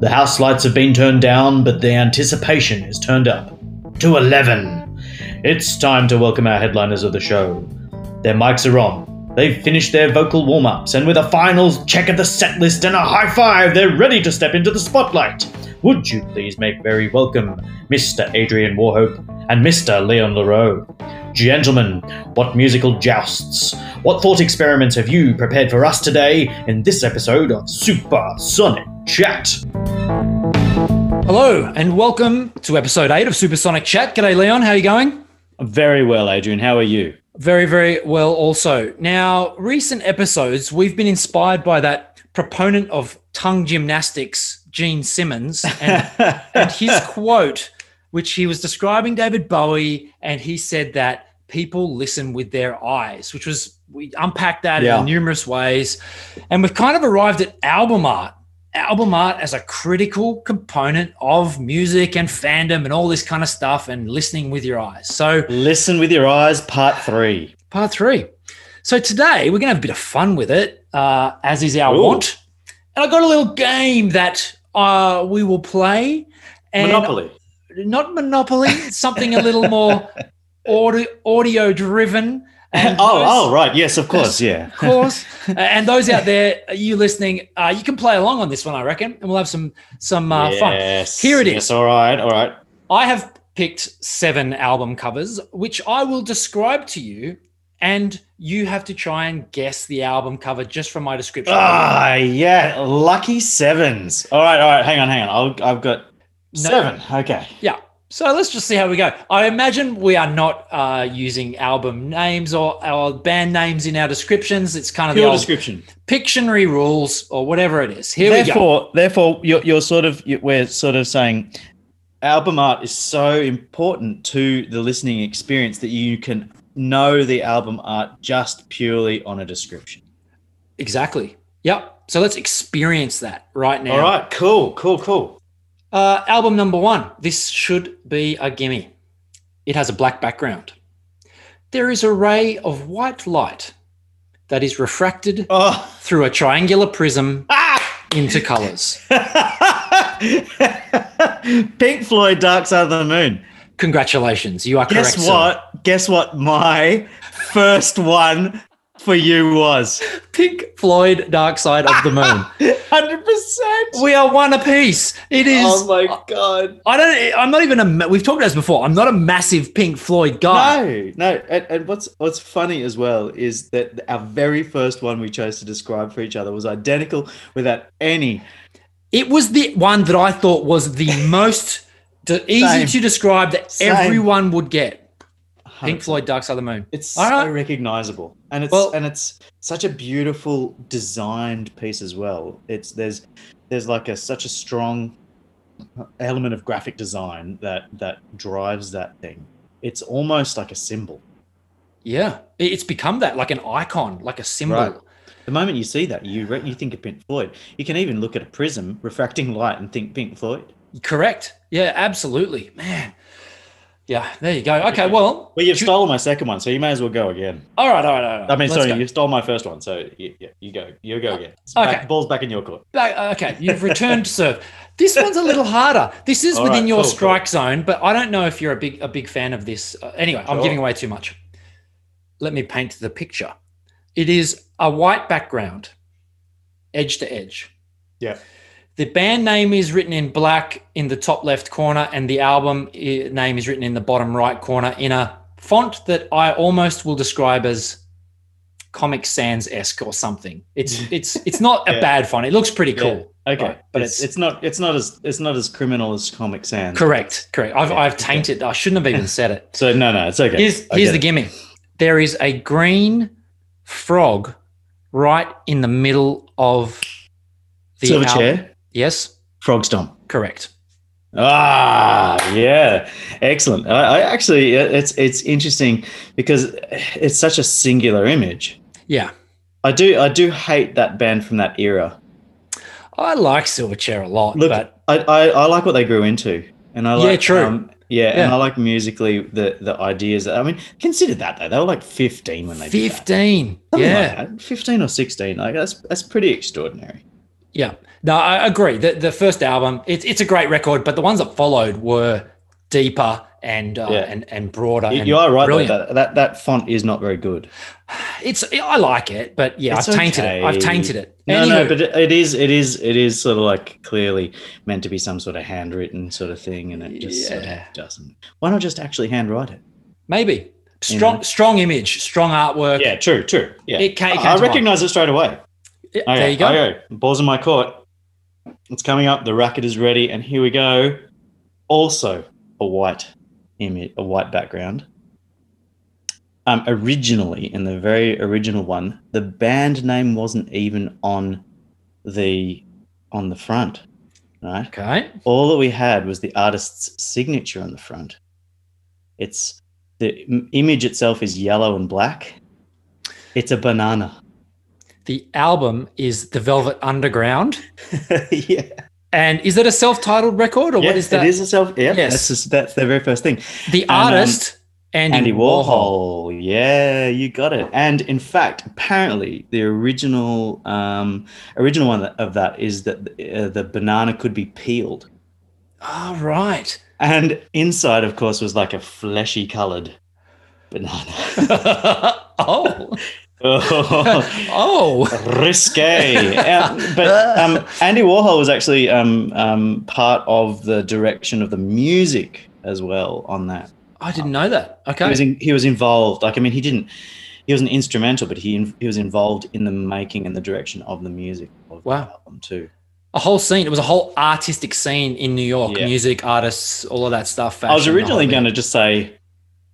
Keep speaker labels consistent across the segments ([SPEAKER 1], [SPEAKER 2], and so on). [SPEAKER 1] The house lights have been turned down, but the anticipation is turned up to 11. It's time to welcome our headliners of the show. Their mics are on. They've finished their vocal warm ups, and with a final check of the set list and a high five, they're ready to step into the spotlight. Would you please make very welcome Mr. Adrian Warhope and Mr. Leon LaRoe? Gentlemen, what musical jousts, what thought experiments have you prepared for us today in this episode of Super Sonic Chat?
[SPEAKER 2] Hello and welcome to episode eight of Supersonic Chat. G'day, Leon. How are you going?
[SPEAKER 3] Very well, Adrian. How are you?
[SPEAKER 2] Very, very well, also. Now, recent episodes, we've been inspired by that proponent of tongue gymnastics, Gene Simmons, and, and his quote, which he was describing David Bowie, and he said that people listen with their eyes, which was, we unpacked that
[SPEAKER 3] Yeah.
[SPEAKER 2] in numerous ways. And we've kind of arrived at album art album art as a critical component of music and fandom and all this kind of stuff and listening with your eyes. So,
[SPEAKER 3] Listen with your eyes, part three.
[SPEAKER 2] part three. So, today we're going to have a bit of fun with it, uh, as is our
[SPEAKER 3] Ooh.
[SPEAKER 2] want. And I got a little game that uh, we will play. And
[SPEAKER 3] Monopoly.
[SPEAKER 2] Not Monopoly, something a little more audio, audio driven.
[SPEAKER 3] oh, oh, right. Yes, of course. Yeah.
[SPEAKER 2] of course. Uh, and those out there, you listening, uh, you can play along on this one, I reckon, and we'll have some some uh, fun.
[SPEAKER 3] Yes.
[SPEAKER 2] Here it is.
[SPEAKER 3] Yes, all right. All right.
[SPEAKER 2] I have picked seven album covers, which I will describe to you, and you have to try and guess the album cover just from my description.
[SPEAKER 3] Ah, yeah. Lucky sevens. All right. All right. Hang on. Hang on. I'll, I've got
[SPEAKER 2] No.
[SPEAKER 3] seven. Okay.
[SPEAKER 2] So let's just see how we go. I imagine we are not uh, using album names or our band names in our descriptions. It's kind of the
[SPEAKER 3] Your
[SPEAKER 2] old
[SPEAKER 3] description.
[SPEAKER 2] Pictionary rules or whatever it is. Here we go.
[SPEAKER 3] therefore, therefore, you're, you're sort of you we're sort of saying album art is so important to the listening experience that you can know the album art just purely on a description.
[SPEAKER 2] Exactly. Yep. So let's experience that right now.
[SPEAKER 3] All right. Cool. Cool. Cool.
[SPEAKER 2] Uh, album number one. This should be a gimme. It has a black background. There is a ray of white light that is refracted
[SPEAKER 3] Oh.
[SPEAKER 2] through a triangular prism
[SPEAKER 3] Ah!
[SPEAKER 2] into colors.
[SPEAKER 3] Pink Floyd, Dark Side of the Moon.
[SPEAKER 2] Congratulations, you are
[SPEAKER 3] Guess
[SPEAKER 2] correct. sir.
[SPEAKER 3] what? Guess what? My first one for you was
[SPEAKER 2] Pink Floyd, Dark Side of the Moon.
[SPEAKER 3] hundred percent.
[SPEAKER 2] we are one apiece. It is.
[SPEAKER 3] Oh my god!
[SPEAKER 2] I don't. I'm not even a. ma- We've talked about this before. I'm not a massive Pink Floyd
[SPEAKER 3] Oh.
[SPEAKER 2] guy.
[SPEAKER 3] No, no. And, and what's what's funny as well is that our very first one we chose to describe for each other was identical without any.
[SPEAKER 2] It was the one that I thought was the most de- easy
[SPEAKER 3] Same.
[SPEAKER 2] to describe that
[SPEAKER 3] Same.
[SPEAKER 2] everyone would get. Pink Floyd, Dark Side of the Moon.
[SPEAKER 3] It's
[SPEAKER 2] All right.
[SPEAKER 3] so recognizable, and it's
[SPEAKER 2] Well-
[SPEAKER 3] and it's such a beautiful designed piece as well. It's there's there's like a such a strong element of graphic design that that drives that thing. It's almost like a symbol.
[SPEAKER 2] Yeah, It- it's become that like an icon, like a symbol.
[SPEAKER 3] Right. The moment you see that, you re- you think of Pink Floyd. You can even look at a prism refracting light and think Pink Floyd.
[SPEAKER 2] Correct. Yeah, absolutely, man. Yeah, there you go. Okay, well,
[SPEAKER 3] Well, you've
[SPEAKER 2] Do-
[SPEAKER 3] stolen my second one, so you may as well go again.
[SPEAKER 2] all right, all right, all right.
[SPEAKER 3] I mean,
[SPEAKER 2] let's
[SPEAKER 3] sorry,
[SPEAKER 2] go.
[SPEAKER 3] you stole my first one, so you, yeah, you go, you go again. It's
[SPEAKER 2] Okay.
[SPEAKER 3] back- ball's back in your court.
[SPEAKER 2] Uh, okay, you've returned to serve. This one's a little harder. This is
[SPEAKER 3] All
[SPEAKER 2] within
[SPEAKER 3] right,
[SPEAKER 2] your
[SPEAKER 3] cool, cool.
[SPEAKER 2] strike zone, but I don't know if you're a big a big fan of this. Uh, anyway, I'm
[SPEAKER 3] Sure.
[SPEAKER 2] giving away too much. Let me paint the picture. It is a white background, edge to edge.
[SPEAKER 3] Yeah.
[SPEAKER 2] The band name is written in black in the top left corner, and the album i- name is written in the bottom right corner in a font that I almost will describe as Comic Sans esque or something. It's it's it's not a
[SPEAKER 3] Yeah.
[SPEAKER 2] bad font. It looks pretty
[SPEAKER 3] Yeah.
[SPEAKER 2] cool.
[SPEAKER 3] Okay,
[SPEAKER 2] Right, but
[SPEAKER 3] but it's,
[SPEAKER 2] it's-
[SPEAKER 3] it's not it's not as it's not as criminal as Comic Sans.
[SPEAKER 2] Correct, correct. I've,
[SPEAKER 3] Yeah,
[SPEAKER 2] I've
[SPEAKER 3] okay.
[SPEAKER 2] tainted. I shouldn't have even said it.
[SPEAKER 3] So no, no, it's okay.
[SPEAKER 2] Here's
[SPEAKER 3] I
[SPEAKER 2] here's the
[SPEAKER 3] get
[SPEAKER 2] gimme. There is a green frog right in the middle of the
[SPEAKER 3] silver
[SPEAKER 2] al-
[SPEAKER 3] chair,
[SPEAKER 2] Yes,
[SPEAKER 3] frog stomp.
[SPEAKER 2] correct.
[SPEAKER 3] Ah, yeah, excellent. I, I actually, it's it's interesting because it's such a singular image.
[SPEAKER 2] Yeah,
[SPEAKER 3] I do I do hate that band from that era.
[SPEAKER 2] I like Silverchair a lot,
[SPEAKER 3] Look,
[SPEAKER 2] but
[SPEAKER 3] I, I, I like what they grew into, and I
[SPEAKER 2] Yeah,
[SPEAKER 3] like
[SPEAKER 2] true.
[SPEAKER 3] Um, yeah, and
[SPEAKER 2] Yeah.
[SPEAKER 3] I like musically the the ideas. I mean, consider that though; they were like fifteen when they did that.
[SPEAKER 2] fifteen.
[SPEAKER 3] Something
[SPEAKER 2] yeah,
[SPEAKER 3] like that. fifteen or sixteen. Like that's that's pretty extraordinary.
[SPEAKER 2] Yeah. No, I agree. The, the first album, it's it's a great record, but the ones that followed were deeper and uh,
[SPEAKER 3] Yeah.
[SPEAKER 2] and and broader.
[SPEAKER 3] You-
[SPEAKER 2] and
[SPEAKER 3] you are right. though,
[SPEAKER 2] brilliant.
[SPEAKER 3] That, that that font is not very good.
[SPEAKER 2] It's I like it, but yeah,
[SPEAKER 3] It's
[SPEAKER 2] I've tainted it. I've
[SPEAKER 3] okay.
[SPEAKER 2] tainted it.
[SPEAKER 3] No, no,
[SPEAKER 2] Anywho,
[SPEAKER 3] but it, it is, it is, it is sort of like clearly meant to be some sort of handwritten sort of thing, and it just sort
[SPEAKER 2] Yeah.
[SPEAKER 3] of doesn't. Why not just actually handwrite it?
[SPEAKER 2] maybe strong strong image, strong artwork.
[SPEAKER 3] Yeah, true, true. Yeah,
[SPEAKER 2] It ca- it came
[SPEAKER 3] I
[SPEAKER 2] to
[SPEAKER 3] recognize it straight away.
[SPEAKER 2] Yeah,
[SPEAKER 3] Okay,
[SPEAKER 2] there you go.
[SPEAKER 3] Okay, balls in my court. It's coming up. The racket is ready, and here we go. Also, a white image, a white background. Um, originally, in the very original one, the band name wasn't even on the on the front, right?
[SPEAKER 2] Okay.
[SPEAKER 3] all that we had was the artist's signature on the front. It's the im- image itself is yellow and black. It's a banana.
[SPEAKER 2] The album is The Velvet Underground.
[SPEAKER 3] yeah.
[SPEAKER 2] And is it a self-titled record or what is that?
[SPEAKER 3] It is a self. Yeah.
[SPEAKER 2] Yes.
[SPEAKER 3] That's, just, that's their very first thing.
[SPEAKER 2] The
[SPEAKER 3] And, um,
[SPEAKER 2] artist Andy,
[SPEAKER 3] Andy
[SPEAKER 2] Warhol.
[SPEAKER 3] Warhol. Yeah, you got it. And in fact, apparently, the original um, original one of that is that uh, the banana could be peeled,
[SPEAKER 2] All Ah, right.
[SPEAKER 3] and inside, of course, was like a fleshy coloured banana.
[SPEAKER 2] oh. oh.
[SPEAKER 3] risque. Uh, but um, Andy Warhol was actually um, um, part of the direction of the music as well on that.
[SPEAKER 2] I didn't know that.
[SPEAKER 3] He
[SPEAKER 2] Okay.
[SPEAKER 3] was in, he was involved. Like I mean, he didn't. He wasn't instrumental, but he he was involved in the making and the direction of the music of the
[SPEAKER 2] Wow.
[SPEAKER 3] album too.
[SPEAKER 2] A whole scene. It was a whole artistic scene in New York.
[SPEAKER 3] Yeah.
[SPEAKER 2] Music, artists, all of that stuff.
[SPEAKER 3] I was
[SPEAKER 2] Oh,
[SPEAKER 3] originally going to just say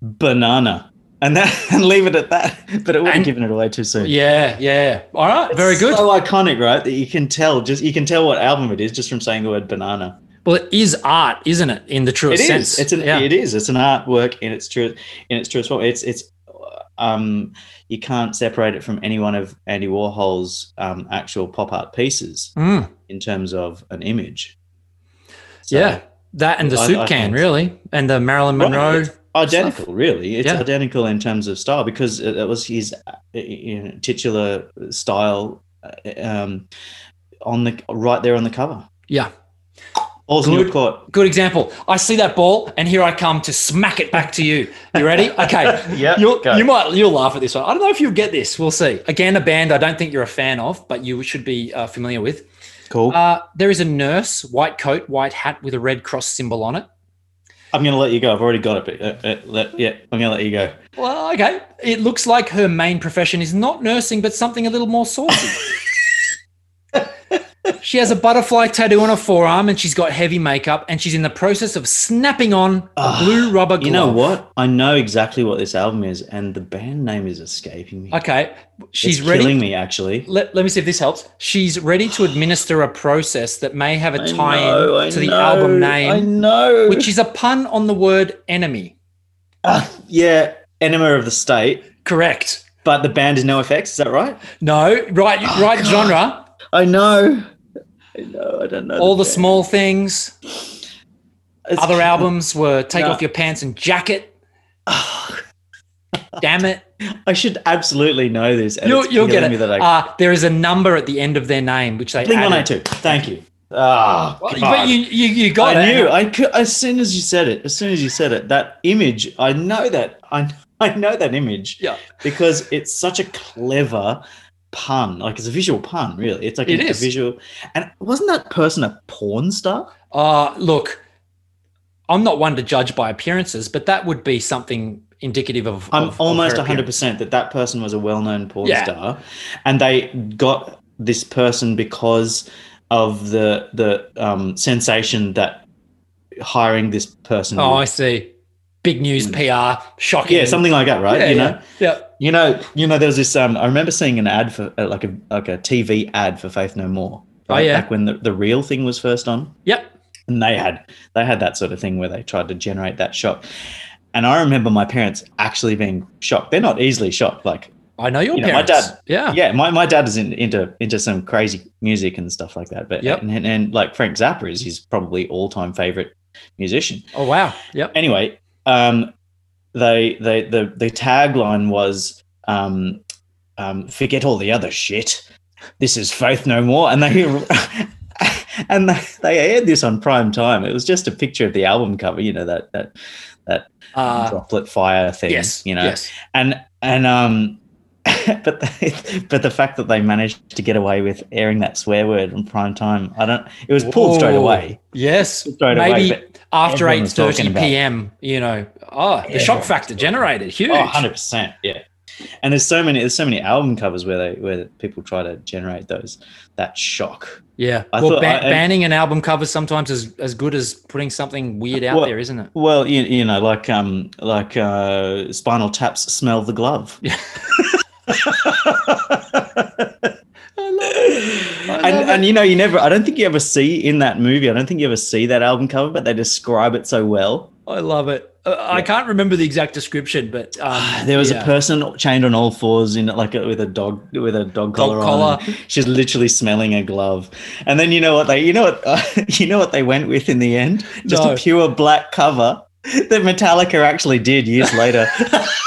[SPEAKER 3] banana and that and leave it at that, but it would
[SPEAKER 2] And-
[SPEAKER 3] have given it away too soon.
[SPEAKER 2] Yeah, yeah. All right. Very good.
[SPEAKER 3] So iconic, right? That you can tell just you can tell what album it is just from saying the word banana.
[SPEAKER 2] well, it is art, isn't it? In the
[SPEAKER 3] It
[SPEAKER 2] truest
[SPEAKER 3] is.
[SPEAKER 2] sense.
[SPEAKER 3] It's an.
[SPEAKER 2] yeah.
[SPEAKER 3] It is. It's an artwork in its true in its truest form. It's it's. Um, you can't separate it from any one of Andy Warhol's um, actual pop art pieces
[SPEAKER 2] Mm,
[SPEAKER 3] in terms of an image. So,
[SPEAKER 2] yeah. That and the
[SPEAKER 3] I-
[SPEAKER 2] soup
[SPEAKER 3] I
[SPEAKER 2] can,
[SPEAKER 3] think-
[SPEAKER 2] really, and the Marilyn
[SPEAKER 3] Right,
[SPEAKER 2] Monroe.
[SPEAKER 3] it's identical, really. It's
[SPEAKER 2] Yeah.
[SPEAKER 3] identical in terms of style because it, it was his uh, you know, titular style uh, um, on the right there on the cover.
[SPEAKER 2] Yeah.
[SPEAKER 3] Balls in your
[SPEAKER 2] Good.
[SPEAKER 3] court.
[SPEAKER 2] Good example. I see that ball, and here I come to smack it back to you. You ready? Okay.
[SPEAKER 3] Yeah,
[SPEAKER 2] You'll,
[SPEAKER 3] Uh, go.
[SPEAKER 2] you might you'll laugh at this one. I don't know if you'll get this. We'll see. Again, a band I don't think you're a fan of, but you should be uh, familiar with.
[SPEAKER 3] Cool.
[SPEAKER 2] Uh, there is a nurse, white coat, white hat with a red cross symbol on it.
[SPEAKER 3] I'm gonna let you go. I've already got it, but uh, uh, let, yeah, I'm gonna let you go.
[SPEAKER 2] Well, okay. It looks like her main profession is not nursing, but something a little more saucy. she has a butterfly tattoo on her forearm, and she's got heavy makeup, and she's in the process of snapping on a
[SPEAKER 3] Ah,
[SPEAKER 2] blue rubber glove.
[SPEAKER 3] You know what? I know exactly what this album is, and the band name is escaping me.
[SPEAKER 2] Okay, she's
[SPEAKER 3] it's
[SPEAKER 2] ready.
[SPEAKER 3] killing me, actually.
[SPEAKER 2] let, let me see if this helps. She's ready to administer a process that may have a tie in to the album
[SPEAKER 3] I
[SPEAKER 2] name,
[SPEAKER 3] know.
[SPEAKER 2] which is a pun on the word enemy.
[SPEAKER 3] Ah, yeah, Enema of the State,
[SPEAKER 2] Correct.
[SPEAKER 3] but the band is No Effects. Is that right?
[SPEAKER 2] No, right,
[SPEAKER 3] Oh,
[SPEAKER 2] right
[SPEAKER 3] God.
[SPEAKER 2] genre.
[SPEAKER 3] I know. I know. I don't know.
[SPEAKER 2] All the
[SPEAKER 3] band.
[SPEAKER 2] small things.
[SPEAKER 3] It's-
[SPEAKER 2] Other albums were Take
[SPEAKER 3] No.
[SPEAKER 2] Off Your Pants and Jacket.
[SPEAKER 3] Ah,
[SPEAKER 2] Damn it.
[SPEAKER 3] I should absolutely know this. and
[SPEAKER 2] You'll,
[SPEAKER 3] it's
[SPEAKER 2] you'll get
[SPEAKER 3] killing
[SPEAKER 2] it.
[SPEAKER 3] Me that I
[SPEAKER 2] uh, there is a number at the end of their name, which they.
[SPEAKER 3] Blink
[SPEAKER 2] added.
[SPEAKER 3] 182. Thank you. Ah,
[SPEAKER 2] Well,
[SPEAKER 3] God.
[SPEAKER 2] but you, you, you got
[SPEAKER 3] I
[SPEAKER 2] it.
[SPEAKER 3] knew. I could, as soon as you said it, as soon as you said it, that image. I know that. I I know that image.
[SPEAKER 2] Yeah.
[SPEAKER 3] Because it's such a clever pun. Like it's a visual pun, really. It's like
[SPEAKER 2] It
[SPEAKER 3] a, a
[SPEAKER 2] is.
[SPEAKER 3] visual. And wasn't that person a porn star?
[SPEAKER 2] Uh, look, I'm not one to judge by appearances, but that would be something indicative of.
[SPEAKER 3] I'm
[SPEAKER 2] of- of
[SPEAKER 3] almost
[SPEAKER 2] her
[SPEAKER 3] hundred
[SPEAKER 2] appearance.
[SPEAKER 3] percent that that person was a well-known porn
[SPEAKER 2] Yeah.
[SPEAKER 3] star, and they got this person because of the the um, sensation that hiring this person.
[SPEAKER 2] Oh, I
[SPEAKER 3] would-
[SPEAKER 2] see. Big news, PR,
[SPEAKER 3] Mm.
[SPEAKER 2] shocking.
[SPEAKER 3] yeah, something like that, right?
[SPEAKER 2] Yeah,
[SPEAKER 3] you know.
[SPEAKER 2] yeah, Yeah.
[SPEAKER 3] You know, you know, there was this. Um, I remember seeing an ad for uh, like a like a TV ad for Faith No More.
[SPEAKER 2] Oh, yeah.
[SPEAKER 3] back when the, the real thing was first on,
[SPEAKER 2] Yep.
[SPEAKER 3] and they had they had that sort of thing where they tried to generate that shock. And I remember my parents actually being shocked. They're not easily shocked. Like,
[SPEAKER 2] I know your
[SPEAKER 3] You know, my
[SPEAKER 2] parents.
[SPEAKER 3] dad-
[SPEAKER 2] Yeah.
[SPEAKER 3] yeah, my, my dad is in, into into some crazy music and stuff like that. But
[SPEAKER 2] Yep.
[SPEAKER 3] and, and, and like Frank Zappa is his probably all time favorite musician.
[SPEAKER 2] Oh wow. Yep.
[SPEAKER 3] anyway, um, they they the the tagline was um, um, forget all the other shit this is faith no more and they and they, they aired this on prime time it was just a picture of the album cover you know that that
[SPEAKER 2] Uh,
[SPEAKER 3] droplet fire thing
[SPEAKER 2] yes,
[SPEAKER 3] you know
[SPEAKER 2] yes.
[SPEAKER 3] and and um but the, but the fact that they managed to get away with airing that swear word on prime time i don't it was pulled straight
[SPEAKER 2] Whoa.
[SPEAKER 3] away
[SPEAKER 2] Yes,
[SPEAKER 3] straight away
[SPEAKER 2] maybe
[SPEAKER 3] but
[SPEAKER 2] after
[SPEAKER 3] everyone
[SPEAKER 2] eight
[SPEAKER 3] was talking
[SPEAKER 2] thirty
[SPEAKER 3] about it.
[SPEAKER 2] p.m. You know, oh, the
[SPEAKER 3] Yeah.
[SPEAKER 2] shock factor generated huge.
[SPEAKER 3] Oh, 100 percent, yeah. And there's so many, there's so many album covers where they where people try to generate those that shock.
[SPEAKER 2] yeah,
[SPEAKER 3] I
[SPEAKER 2] well,
[SPEAKER 3] thought-
[SPEAKER 2] ba-
[SPEAKER 3] I- I-
[SPEAKER 2] banning an album cover sometimes is as good as putting something weird out
[SPEAKER 3] Well-
[SPEAKER 2] there, isn't it?
[SPEAKER 3] Well, you, you know, like um, like uh, Spinal Tap's "Smell the Glove."
[SPEAKER 2] Yeah.
[SPEAKER 3] and and you know, you never. I don't think you ever see in that movie. I don't think you ever see that album cover, but they describe it so well.
[SPEAKER 2] I love it. Uh, I
[SPEAKER 3] Yeah.
[SPEAKER 2] can't remember the exact description, but um,
[SPEAKER 3] There was
[SPEAKER 2] yeah.
[SPEAKER 3] a person chained on all fours in like a, with a dog with a dog collar,
[SPEAKER 2] Dog
[SPEAKER 3] on. She's literally smelling a glove. And then you know what they you know what you know what they went with in the end? Just
[SPEAKER 2] No.
[SPEAKER 3] a pure black cover that Metallica actually did years later.
[SPEAKER 2] that's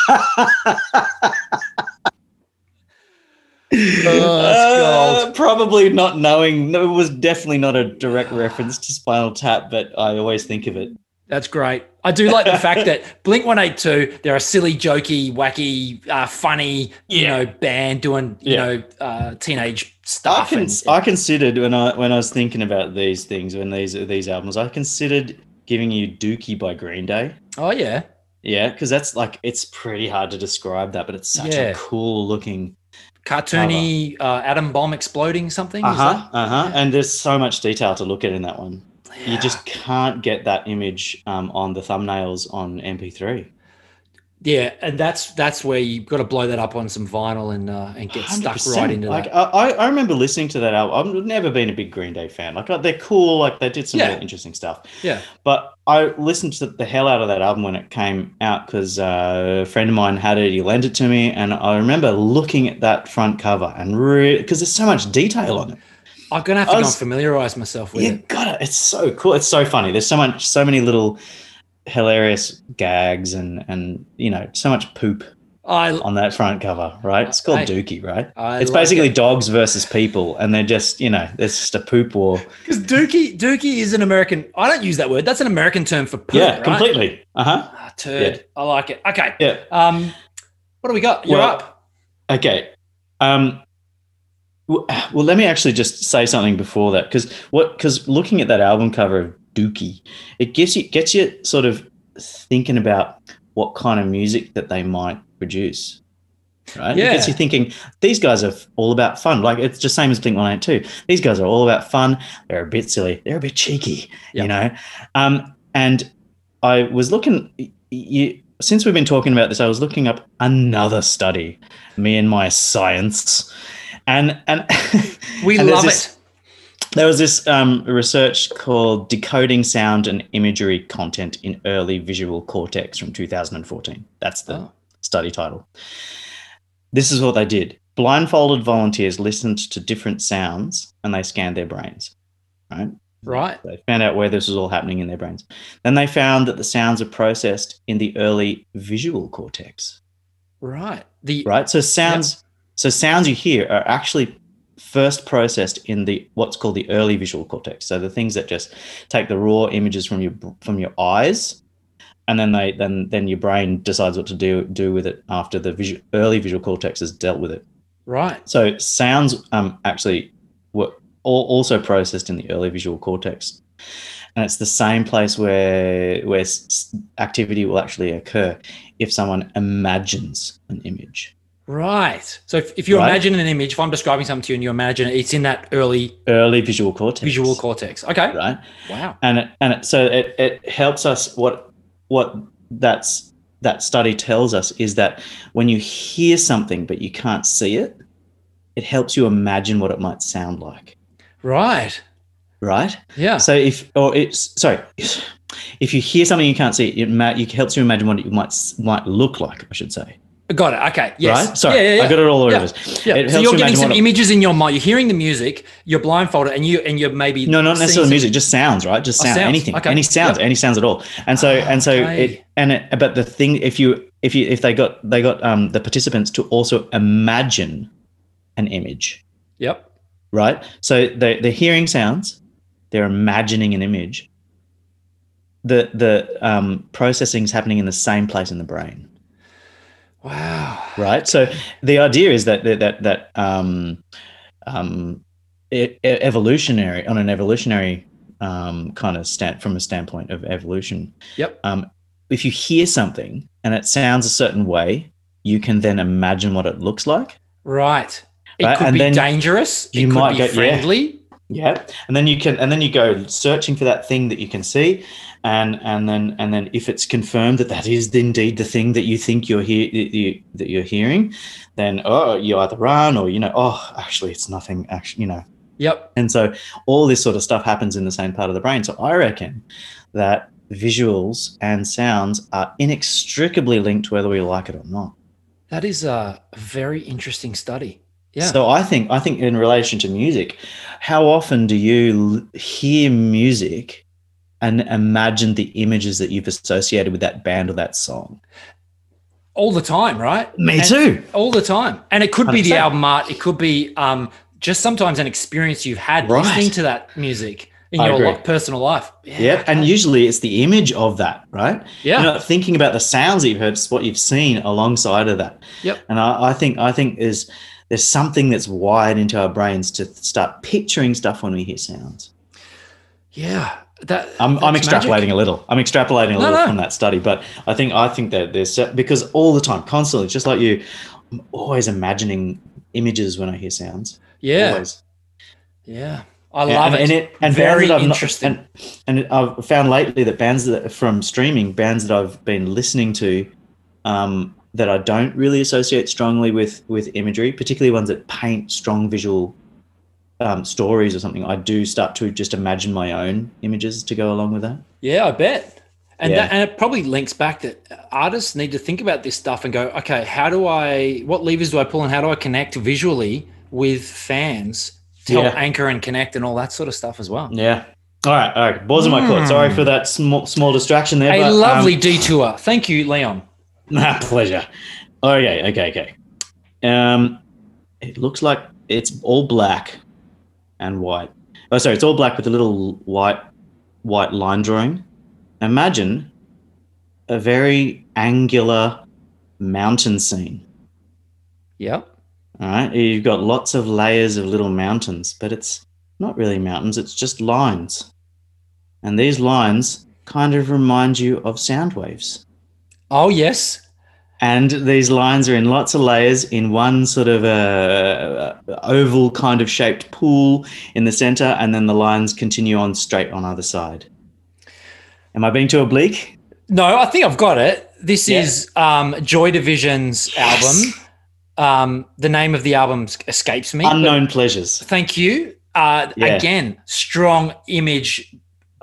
[SPEAKER 2] Oh,
[SPEAKER 3] Uh, probably not knowing. No, it was definitely not a direct reference to Spinal Tap, but I always think of it.
[SPEAKER 2] That's great. I do like the fact that Blink 182, they're a silly, jokey, wacky, uh, funny, you know, band doing, you
[SPEAKER 3] Yeah.
[SPEAKER 2] know, uh, teenage
[SPEAKER 3] I,
[SPEAKER 2] stuff.
[SPEAKER 3] con-
[SPEAKER 2] and-
[SPEAKER 3] I considered when I when I was thinking about these things, when these these albums, I considered giving you Dookie by Green Day.
[SPEAKER 2] oh, yeah.
[SPEAKER 3] Yeah, because that's like it's pretty hard to describe that, but it's such
[SPEAKER 2] Yeah.
[SPEAKER 3] a cool looking.
[SPEAKER 2] Cartoony uh, atom bomb exploding something. is
[SPEAKER 3] Uh huh.
[SPEAKER 2] that-
[SPEAKER 3] Uh huh.
[SPEAKER 2] Yeah.
[SPEAKER 3] And there's so much detail to look at in that one. You
[SPEAKER 2] Yeah.
[SPEAKER 3] just can't get that image um, on the thumbnails on MP3.
[SPEAKER 2] yeah, and that's that's where you've got to blow that up on some vinyl and uh, and get stuck right
[SPEAKER 3] 100%.
[SPEAKER 2] into
[SPEAKER 3] like,
[SPEAKER 2] that.
[SPEAKER 3] I, I I remember listening to that album. I've never been a big Green Day fan. Like uh, they're cool. Like they did some
[SPEAKER 2] Yeah.
[SPEAKER 3] really interesting stuff.
[SPEAKER 2] Yeah.
[SPEAKER 3] But I listened to the hell out of that album when it came out because uh, a friend of mine had it. He lent it to me, and I remember looking at that front cover and really because there's so much detail on it.
[SPEAKER 2] I'm gonna have to
[SPEAKER 3] I
[SPEAKER 2] go
[SPEAKER 3] was-
[SPEAKER 2] and familiarize myself with
[SPEAKER 3] You
[SPEAKER 2] it.
[SPEAKER 3] got it. It's so cool. It's so funny. There's so much, so many little hilarious gags and and you know so much poop
[SPEAKER 2] I,
[SPEAKER 3] on that front cover. Right? It's called
[SPEAKER 2] I-
[SPEAKER 3] Dookie, right?
[SPEAKER 2] I
[SPEAKER 3] it's
[SPEAKER 2] like
[SPEAKER 3] basically
[SPEAKER 2] it.
[SPEAKER 3] dogs versus people, and they're just you know there's just a poop war.
[SPEAKER 2] Because Dookie, Dookie is an American. I don't use that word. That's an American term for poop.
[SPEAKER 3] yeah,
[SPEAKER 2] right?
[SPEAKER 3] completely. Uh huh.
[SPEAKER 2] Ah, turd.
[SPEAKER 3] Yeah.
[SPEAKER 2] I like it. Okay.
[SPEAKER 3] Yeah.
[SPEAKER 2] Um, what do we got? You're
[SPEAKER 3] Well,
[SPEAKER 2] up.
[SPEAKER 3] Okay. Um, w- well, let me actually just say something before that, because what? Because looking at that album cover of Dookie, it gets you gets you sort of thinking about what kind of music that they might produce. Right? It gets
[SPEAKER 2] Yeah.
[SPEAKER 3] you thinking. These guys are f- all about fun. Like it's just same as Blink One Eight Two. These guys are all about fun. They're a bit silly. They're a bit cheeky.
[SPEAKER 2] Yeah.
[SPEAKER 3] You know. Um, and I was looking. y- You, since we've been talking about this, I was looking up another study me and my science. And and
[SPEAKER 2] We
[SPEAKER 3] and there's
[SPEAKER 2] love
[SPEAKER 3] this-
[SPEAKER 2] it.
[SPEAKER 3] There was this um, research called "Decoding Sound and Imagery Content in Early Visual Cortex" from 2014. That's the
[SPEAKER 2] Oh.
[SPEAKER 3] study title. This is what they did: blindfolded volunteers listened to different sounds and they scanned their brains. Right.
[SPEAKER 2] Right.
[SPEAKER 3] They found out where this was all happening in their brains. Then they found that the sounds are processed in the early visual cortex
[SPEAKER 2] Right. The
[SPEAKER 3] right so sounds so sounds you hear are actually first processed in the what's called the early visual cortex so the things that just take the raw images from your from your eyes and then they then then your brain decides what to do do with it after the visual, early visual cortex has dealt with it
[SPEAKER 2] right.
[SPEAKER 3] so sounds um actually were all, also processed in the early visual cortex and it's the same place where where s- s- activity will actually occur if someone imagines an image
[SPEAKER 2] Right. So if, if you
[SPEAKER 3] Right.
[SPEAKER 2] imagine an image, if I'm describing something to you and you imagine it, it's in that early
[SPEAKER 3] early visual cortex.
[SPEAKER 2] visual cortex. Okay.
[SPEAKER 3] right?
[SPEAKER 2] Wow.
[SPEAKER 3] And it, and it, so it, it helps us. What what that's that study tells us is that when you hear something but you can't see it, it helps you imagine what it might sound like,
[SPEAKER 2] Right.
[SPEAKER 3] right?
[SPEAKER 2] Yeah.
[SPEAKER 3] So if or it's sorry, if you hear something you can't see, it, ma- it helps you imagine what it might s- might look like. I should say,
[SPEAKER 2] Got it. Okay. Yes.
[SPEAKER 3] right? Sorry,
[SPEAKER 2] Yeah, yeah, yeah.
[SPEAKER 3] I got it all over.
[SPEAKER 2] Yeah.
[SPEAKER 3] the place.
[SPEAKER 2] Yeah.
[SPEAKER 3] It
[SPEAKER 2] so
[SPEAKER 3] helps
[SPEAKER 2] you're
[SPEAKER 3] you
[SPEAKER 2] getting
[SPEAKER 3] imagine
[SPEAKER 2] some
[SPEAKER 3] what it-
[SPEAKER 2] images in your mind. You're hearing the music. You're blindfolded, and you and you're maybe
[SPEAKER 3] No, not
[SPEAKER 2] seeing
[SPEAKER 3] necessarily
[SPEAKER 2] some-
[SPEAKER 3] music, just sounds, right? Just
[SPEAKER 2] Oh,
[SPEAKER 3] sound,
[SPEAKER 2] sounds.
[SPEAKER 3] anything,
[SPEAKER 2] Okay.
[SPEAKER 3] any sounds, any sounds at all. And so,
[SPEAKER 2] Ah,
[SPEAKER 3] and so,
[SPEAKER 2] okay.
[SPEAKER 3] it, and it, but the thing, if you, if you, if they got, they got um, the participants to also imagine an image.
[SPEAKER 2] Yep.
[SPEAKER 3] right? So they they're hearing sounds, they're imagining an image. The the um, processing is happening in the same place in the brain,
[SPEAKER 2] Wow.
[SPEAKER 3] right? So the idea is that that that, that um, um, e- e- evolutionary on an evolutionary um, kind of stand from a standpoint of evolution.
[SPEAKER 2] Yep.
[SPEAKER 3] Um, if you hear something and it sounds a certain way, you can then imagine what it looks like.
[SPEAKER 2] Right. It
[SPEAKER 3] Right,
[SPEAKER 2] could
[SPEAKER 3] and
[SPEAKER 2] be
[SPEAKER 3] then
[SPEAKER 2] dangerous.
[SPEAKER 3] you
[SPEAKER 2] it could
[SPEAKER 3] might
[SPEAKER 2] be
[SPEAKER 3] get- yeah.
[SPEAKER 2] friendly.
[SPEAKER 3] Yeah, and then you can, and then you go searching for that thing that you can see, and and then and then if it's confirmed that that is indeed the thing that you think you're hear that you, that you're hearing, then oh, you either run or you know, oh, actually, it's nothing. Actually, you know,
[SPEAKER 2] Yep.
[SPEAKER 3] and so all this sort of stuff happens in the same part of the brain. So I reckon that visuals and sounds are inextricably linked, whether we like it or not.
[SPEAKER 2] That is a very interesting study. Yeah.
[SPEAKER 3] So I think I think in relation to music, how often do you l- hear music and imagine the images that you've associated with that band or that song?
[SPEAKER 2] all the time, right?
[SPEAKER 3] Me
[SPEAKER 2] And-
[SPEAKER 3] too.
[SPEAKER 2] All the time. And it could be the
[SPEAKER 3] 100%.
[SPEAKER 2] album art. It could be um, just sometimes an experience you've had
[SPEAKER 3] Right.
[SPEAKER 2] listening to that music in
[SPEAKER 3] I
[SPEAKER 2] your
[SPEAKER 3] agree.
[SPEAKER 2] li- personal life. Yeah.
[SPEAKER 3] Yep. And usually it's the image of that, right?
[SPEAKER 2] yeah.
[SPEAKER 3] You're not thinking about the sounds that you've heard, it's what you've seen alongside of that.
[SPEAKER 2] Yep.
[SPEAKER 3] And I, I think I think is there's something that's wired into our brains to start picturing stuff when we hear sounds.
[SPEAKER 2] yeah. That
[SPEAKER 3] I'm, I'm
[SPEAKER 2] that's
[SPEAKER 3] extrapolating
[SPEAKER 2] magic.
[SPEAKER 3] a little. I'm extrapolating a
[SPEAKER 2] No,
[SPEAKER 3] little
[SPEAKER 2] no.
[SPEAKER 3] from that study, but I think I think that there's cer- because all the time, constantly, just like you, I'm always imagining images when I hear sounds.
[SPEAKER 2] Yeah.
[SPEAKER 3] Always.
[SPEAKER 2] Yeah. I love
[SPEAKER 3] and,
[SPEAKER 2] it.
[SPEAKER 3] And it and bands
[SPEAKER 2] Very
[SPEAKER 3] that I've not-
[SPEAKER 2] interesting.
[SPEAKER 3] and, and I've found lately that bands that from streaming, bands that I've been listening to, um, that I don't really associate strongly with with imagery, particularly ones that paint strong visual um, stories or something. I do start to just imagine my own images to go along with that.
[SPEAKER 2] Yeah, I bet. And
[SPEAKER 3] Yeah.
[SPEAKER 2] that, and it probably links back that artists need to think about this stuff and go, okay, how do I what levers do I pull and how do I connect visually with fans to help
[SPEAKER 3] Yeah.
[SPEAKER 2] anchor and connect and all that sort of stuff as well.
[SPEAKER 3] Yeah. All right. All right. Balls in my court. Sorry for that small, small distraction there.
[SPEAKER 2] Hmm. A
[SPEAKER 3] but, um,
[SPEAKER 2] lovely detour. Thank you, Leon.
[SPEAKER 3] my pleasure. Okay. Okay. Okay. Um, it looks like it's all black and white. Oh, sorry. It's all black with a little white, white line drawing. Imagine a very angular mountain scene.
[SPEAKER 2] Yep.
[SPEAKER 3] All right. You've got lots of layers of little mountains, but it's not really mountains, it's just lines. And these lines kind of remind you of sound waves.
[SPEAKER 2] Oh yes.
[SPEAKER 3] And these lines are in lots of layers in one sort of a oval kind of shaped pool in the center, and then the lines continue on straight on either side. Am I being too oblique?
[SPEAKER 2] No, I think I've got it. This
[SPEAKER 3] Yeah.
[SPEAKER 2] is um, Joy Division's
[SPEAKER 3] Yes.
[SPEAKER 2] album. Um, the name of the album s- escapes me. but
[SPEAKER 3] Unknown pleasures.
[SPEAKER 2] Thank you. Uh,
[SPEAKER 3] Yeah.
[SPEAKER 2] Again, strong image,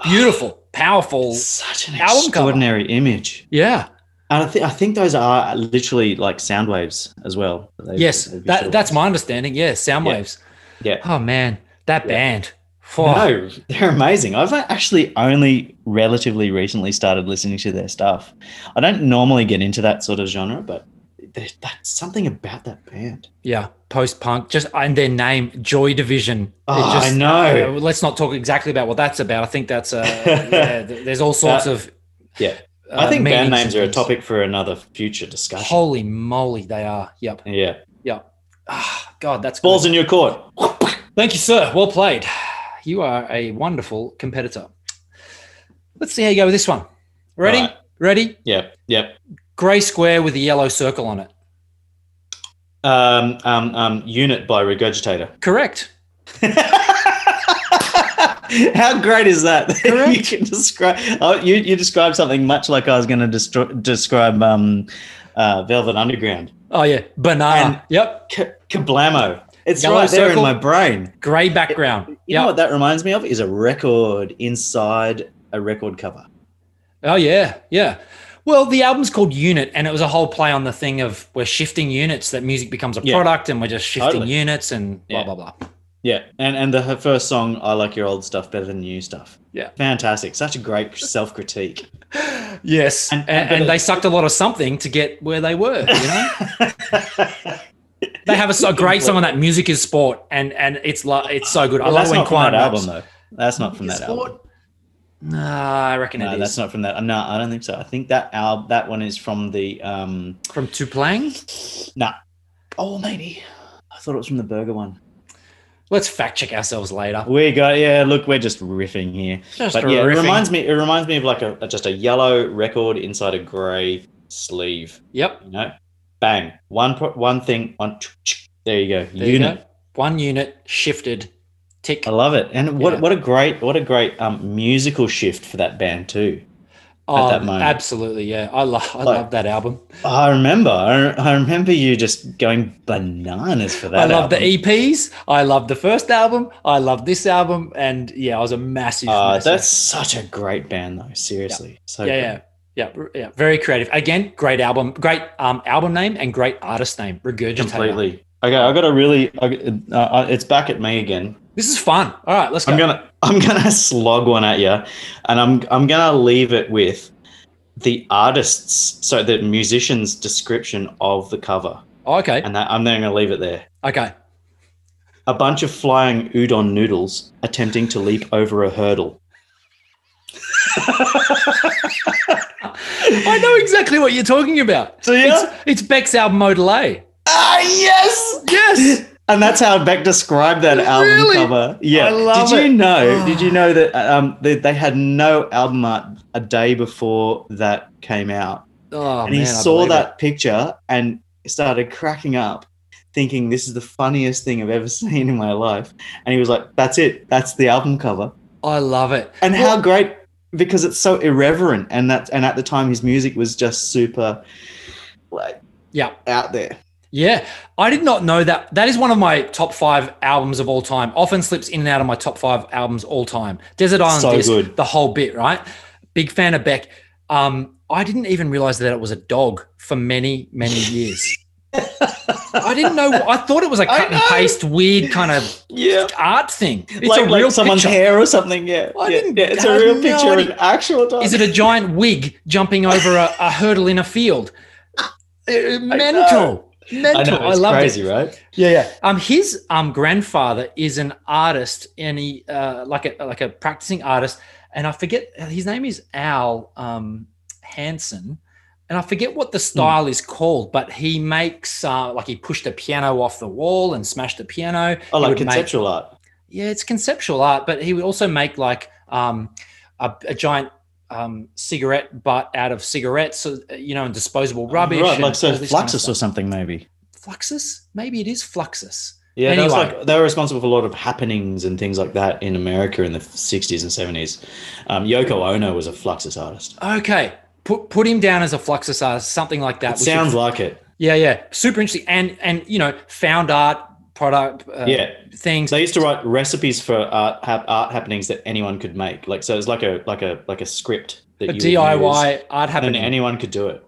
[SPEAKER 2] beautiful, powerful.
[SPEAKER 3] Such an
[SPEAKER 2] Album cover.
[SPEAKER 3] extraordinary image.
[SPEAKER 2] Yeah.
[SPEAKER 3] And I, th- I think those are literally like sound waves as well. They-
[SPEAKER 2] yes.
[SPEAKER 3] they
[SPEAKER 2] That,
[SPEAKER 3] visual-
[SPEAKER 2] that's my understanding. Yeah. Sound
[SPEAKER 3] Yeah.
[SPEAKER 2] waves.
[SPEAKER 3] Yeah.
[SPEAKER 2] Oh, man. That
[SPEAKER 3] Yeah.
[SPEAKER 2] band. Phew.
[SPEAKER 3] No, they're amazing. I've actually only relatively recently started listening to their stuff. I don't normally get into that sort of genre, but there's that's something about that band.
[SPEAKER 2] Yeah. Post punk. Just, and their name, Joy Division. It
[SPEAKER 3] Oh,
[SPEAKER 2] just-
[SPEAKER 3] I know.
[SPEAKER 2] Uh, let's not talk exactly about what that's about. I think that's, uh, yeah, th- there's all sorts of.
[SPEAKER 3] Yeah.
[SPEAKER 2] uh,
[SPEAKER 3] I think band
[SPEAKER 2] meanings and
[SPEAKER 3] names are a
[SPEAKER 2] things.
[SPEAKER 3] topic for another future discussion.
[SPEAKER 2] Holy moly, they are. Yep.
[SPEAKER 3] yeah.
[SPEAKER 2] Ah, God, that's
[SPEAKER 3] Balls
[SPEAKER 2] good.
[SPEAKER 3] in your court.
[SPEAKER 2] Thank you, sir. Well played. You are a wonderful competitor. Let's see how you go with this one. Ready?
[SPEAKER 3] Right.
[SPEAKER 2] Ready?
[SPEAKER 3] Yep. Yep.
[SPEAKER 2] Gray square with a yellow circle on it.
[SPEAKER 3] Um, um, um, unit by Regurgitator.
[SPEAKER 2] Correct.
[SPEAKER 3] How great is that? you
[SPEAKER 2] Correct.
[SPEAKER 3] can describe. Oh, you you describe something much like I was going to destro- describe um, uh, Velvet Underground.
[SPEAKER 2] Oh yeah, banana.
[SPEAKER 3] And-
[SPEAKER 2] yep.
[SPEAKER 3] K- kablamo! It's
[SPEAKER 2] Yellow
[SPEAKER 3] right there in
[SPEAKER 2] circle.
[SPEAKER 3] my brain.
[SPEAKER 2] Gray background.
[SPEAKER 3] You
[SPEAKER 2] Yeah.
[SPEAKER 3] know what that reminds me of is a record inside a record cover.
[SPEAKER 2] Oh yeah, yeah. Well, the album's called Unit, and it was a whole play on the thing of we're shifting units. That music becomes a
[SPEAKER 3] Yeah.
[SPEAKER 2] product, and we're just shifting
[SPEAKER 3] Totally.
[SPEAKER 2] units, and blah
[SPEAKER 3] Yeah.
[SPEAKER 2] blah blah.
[SPEAKER 3] Yeah, and and the her first song, "I Like Your Old Stuff Better Than New Stuff."
[SPEAKER 2] Yeah.
[SPEAKER 3] fantastic! Such a great self critique.
[SPEAKER 2] Yes,
[SPEAKER 3] And-
[SPEAKER 2] and, and,
[SPEAKER 3] but it-
[SPEAKER 2] they sucked a lot of something to get where they were. You know? They have a, so great song on that. Music is sport, and and it's like it's so good. I
[SPEAKER 3] Well,
[SPEAKER 2] love
[SPEAKER 3] that's
[SPEAKER 2] when
[SPEAKER 3] not from
[SPEAKER 2] Quan
[SPEAKER 3] that album
[SPEAKER 2] raps.
[SPEAKER 3] though. That's not from that album.
[SPEAKER 2] Nah, I reckon
[SPEAKER 3] No,
[SPEAKER 2] it
[SPEAKER 3] that's
[SPEAKER 2] is
[SPEAKER 3] not from that. No, I don't think so. I think that al- that one is from the um
[SPEAKER 2] from Tuplang.
[SPEAKER 3] nah. Oh maybe. I thought it was from the burger one.
[SPEAKER 2] Let's fact check ourselves later.
[SPEAKER 3] We got yeah, look, we're just riffing here.
[SPEAKER 2] Just
[SPEAKER 3] but yeah,
[SPEAKER 2] riffing.
[SPEAKER 3] it reminds me it reminds me of like a just a yellow record inside a grey sleeve.
[SPEAKER 2] Yep,
[SPEAKER 3] You know? Bang. One pro- one thing on there you go.
[SPEAKER 2] there you
[SPEAKER 3] Unit.
[SPEAKER 2] go. One unit shifted. Tick.
[SPEAKER 3] I love it. And what
[SPEAKER 2] Yeah.
[SPEAKER 3] what a great what a great um musical shift for that band too.
[SPEAKER 2] Oh,
[SPEAKER 3] that moment.
[SPEAKER 2] absolutely. Yeah, I love. I
[SPEAKER 3] Like-
[SPEAKER 2] love that album.
[SPEAKER 3] I remember. I, I remember you just going bananas for
[SPEAKER 2] I
[SPEAKER 3] that.
[SPEAKER 2] love
[SPEAKER 3] album.
[SPEAKER 2] the EPs. I love the first album. I love this album. And yeah, I was a massive.
[SPEAKER 3] Uh,
[SPEAKER 2] massive-
[SPEAKER 3] that's such a great band, though. Seriously, so
[SPEAKER 2] yeah,
[SPEAKER 3] good.
[SPEAKER 2] yeah, yeah, r- yeah. Very creative. Again, great album, great um album name, and great artist name. Regurgitator.
[SPEAKER 3] completely. Okay, I got a really. I- Uh, uh, it's back at me again.
[SPEAKER 2] This is fun. All right, let's go.
[SPEAKER 3] I'm gonna I'm gonna slog one at you, and I'm I'm gonna leave it with the artist's so the musician's description of the cover,
[SPEAKER 2] Oh, okay,
[SPEAKER 3] and that, I'm then gonna leave it there.
[SPEAKER 2] okay.
[SPEAKER 3] A bunch of flying udon noodles attempting to leap over a hurdle.
[SPEAKER 2] I know exactly what you're talking about.
[SPEAKER 3] So yeah,
[SPEAKER 2] It's, it's Beck's album Odelay.
[SPEAKER 3] ah yes.
[SPEAKER 2] Yes.
[SPEAKER 3] And that's how Beck described that album
[SPEAKER 2] Really?
[SPEAKER 3] cover. Yeah.
[SPEAKER 2] I love
[SPEAKER 3] did you
[SPEAKER 2] it. Oh.
[SPEAKER 3] know? did you know that um, they, they had no album art a day before that came out,
[SPEAKER 2] Oh
[SPEAKER 3] and he
[SPEAKER 2] man, I
[SPEAKER 3] saw
[SPEAKER 2] believe
[SPEAKER 3] that
[SPEAKER 2] it.
[SPEAKER 3] picture and started cracking up, thinking this is the funniest thing I've ever seen in my life. And he was like, "That's it. That's the album cover."
[SPEAKER 2] I love it.
[SPEAKER 3] And how great because it's so irreverent, and that and at the time his music was just super, like,
[SPEAKER 2] Yeah.
[SPEAKER 3] out there.
[SPEAKER 2] Yeah, I did not know that. That is one of my top five albums of all time. Often slips in and out of my top five albums all time. Desert Island
[SPEAKER 3] So
[SPEAKER 2] Disc,
[SPEAKER 3] good.
[SPEAKER 2] the whole bit, right? Big fan of Beck. Um, I didn't even realize that it was a dog for many, many years. I didn't know. I thought it was a
[SPEAKER 3] I
[SPEAKER 2] cut and
[SPEAKER 3] know.
[SPEAKER 2] paste, weird kind of
[SPEAKER 3] Yeah.
[SPEAKER 2] art thing. It's
[SPEAKER 3] like,
[SPEAKER 2] a real
[SPEAKER 3] like someone's
[SPEAKER 2] picture.
[SPEAKER 3] hair or something. Yeah,
[SPEAKER 2] I
[SPEAKER 3] yeah,
[SPEAKER 2] didn't-
[SPEAKER 3] yeah, it's a
[SPEAKER 2] I had
[SPEAKER 3] real
[SPEAKER 2] no
[SPEAKER 3] picture of
[SPEAKER 2] idea.
[SPEAKER 3] an actual dog.
[SPEAKER 2] Is it a giant wig jumping over a, a hurdle in a field? Uh, Mental.
[SPEAKER 3] I
[SPEAKER 2] Mental.
[SPEAKER 3] know,
[SPEAKER 2] I,
[SPEAKER 3] it's
[SPEAKER 2] love it.
[SPEAKER 3] crazy, right?
[SPEAKER 2] Yeah, yeah. Um, his um grandfather is an artist, and he uh like a like a practicing artist, and I forget his name is Al um Hansen, and I forget what the
[SPEAKER 3] Hmm.
[SPEAKER 2] style is called, but he makes uh like he pushed a piano off the wall and smashed the piano.
[SPEAKER 3] Oh,
[SPEAKER 2] He
[SPEAKER 3] like
[SPEAKER 2] would make-
[SPEAKER 3] conceptual art.
[SPEAKER 2] yeah, it's conceptual art, but he would also make like um a, a giant um cigarette butt out of cigarettes, so, uh, you know, and disposable rubbish.
[SPEAKER 3] Oh, right? Like
[SPEAKER 2] and
[SPEAKER 3] so,
[SPEAKER 2] all this kind of
[SPEAKER 3] Fluxus or
[SPEAKER 2] stuff.
[SPEAKER 3] something, maybe.
[SPEAKER 2] Fluxus? Maybe it is Fluxus.
[SPEAKER 3] Yeah, that was
[SPEAKER 2] Anyway.
[SPEAKER 3] like they were responsible for a lot of happenings and things like that in America in the '60s and '70s. Um, Yoko Ono was a Fluxus artist.
[SPEAKER 2] Okay. Put put him down as a Fluxus artist, something like
[SPEAKER 3] It
[SPEAKER 2] that. which
[SPEAKER 3] sounds
[SPEAKER 2] is-
[SPEAKER 3] like it.
[SPEAKER 2] yeah, yeah. Super interesting. And and you know, found art product uh,
[SPEAKER 3] Yeah.
[SPEAKER 2] things.
[SPEAKER 3] They used to write recipes for art, hap- art happenings that anyone could make. Like so, it's like a like a like a script that you
[SPEAKER 2] a
[SPEAKER 3] would use,
[SPEAKER 2] DIY
[SPEAKER 3] and then
[SPEAKER 2] art happening.
[SPEAKER 3] anyone could do it.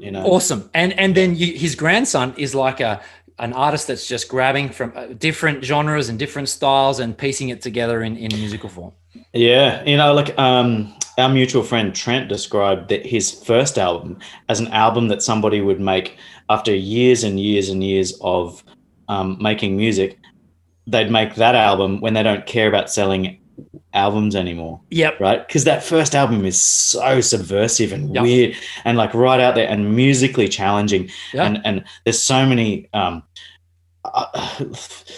[SPEAKER 3] You know,
[SPEAKER 2] awesome. And and then you, his grandson is like a an artist that's just grabbing from uh, different genres and different styles and piecing it together in, in musical form.
[SPEAKER 3] Yeah, you know, like um, our mutual friend Trent described that his first album as an album that somebody would make after years and years and years of um, making music. They'd make that album when they don't care about selling albums anymore,
[SPEAKER 2] Yep.
[SPEAKER 3] right? Because that first album is so subversive and
[SPEAKER 2] Yeah.
[SPEAKER 3] weird and like right out there and musically challenging.
[SPEAKER 2] Yeah.
[SPEAKER 3] And and there's so many um, uh,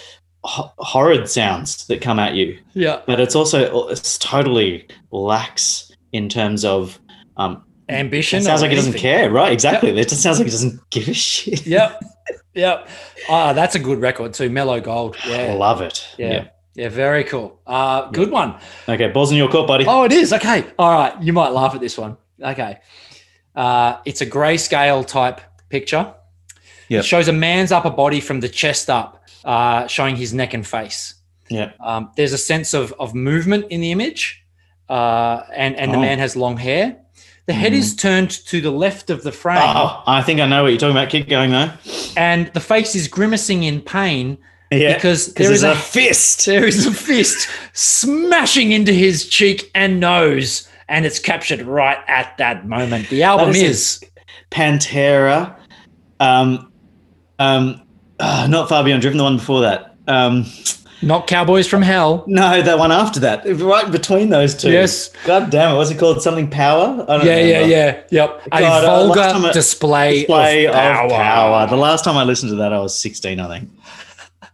[SPEAKER 3] ho- horrid sounds that come at you
[SPEAKER 2] Yeah.
[SPEAKER 3] but it's also it's totally lax in terms of um
[SPEAKER 2] Ambition.
[SPEAKER 3] it sounds
[SPEAKER 2] or
[SPEAKER 3] like he doesn't
[SPEAKER 2] anything.
[SPEAKER 3] care right exactly it just sounds like he doesn't give a shit
[SPEAKER 2] Yep. Yep. Ah, that's a good record too. Mellow Gold.
[SPEAKER 3] I
[SPEAKER 2] Yeah.
[SPEAKER 3] love it
[SPEAKER 2] Yeah. Yeah. very cool. Uh, good one.
[SPEAKER 3] okay balls in your court buddy
[SPEAKER 2] Oh, it is. Okay. All right. You might laugh at this one. Okay. Uh, it's a grayscale type picture.
[SPEAKER 3] Yep.
[SPEAKER 2] It shows a man's upper body from the chest up, uh, showing his neck and face.
[SPEAKER 3] Yeah.
[SPEAKER 2] Um, there's a sense of, of movement in the image, uh, and, and the
[SPEAKER 3] Oh. Hmm.
[SPEAKER 2] man has long hair. The head is turned to the left of the frame,
[SPEAKER 3] oh i think i know what you're talking about keep going though
[SPEAKER 2] and the face is grimacing in pain
[SPEAKER 3] yeah
[SPEAKER 2] because
[SPEAKER 3] because
[SPEAKER 2] there is
[SPEAKER 3] there's
[SPEAKER 2] a
[SPEAKER 3] a, fist
[SPEAKER 2] there is a fist smashing into his cheek and nose, and it's captured right at that moment. The album
[SPEAKER 3] That
[SPEAKER 2] is,
[SPEAKER 3] pantera um um Ah, not far beyond driven. The one before that. Um,
[SPEAKER 2] Not Cowboys from Hell.
[SPEAKER 3] no, that one after that. Right between those two.
[SPEAKER 2] Yes.
[SPEAKER 3] God damn it! What's it called? Something power? I don't
[SPEAKER 2] Yeah, yeah,
[SPEAKER 3] remember.
[SPEAKER 2] yeah. Yep.
[SPEAKER 3] God, uh,
[SPEAKER 2] a vulgar
[SPEAKER 3] last time I-
[SPEAKER 2] display,
[SPEAKER 3] Display
[SPEAKER 2] of, power.
[SPEAKER 3] The last time I listened to that, I was 16, I think.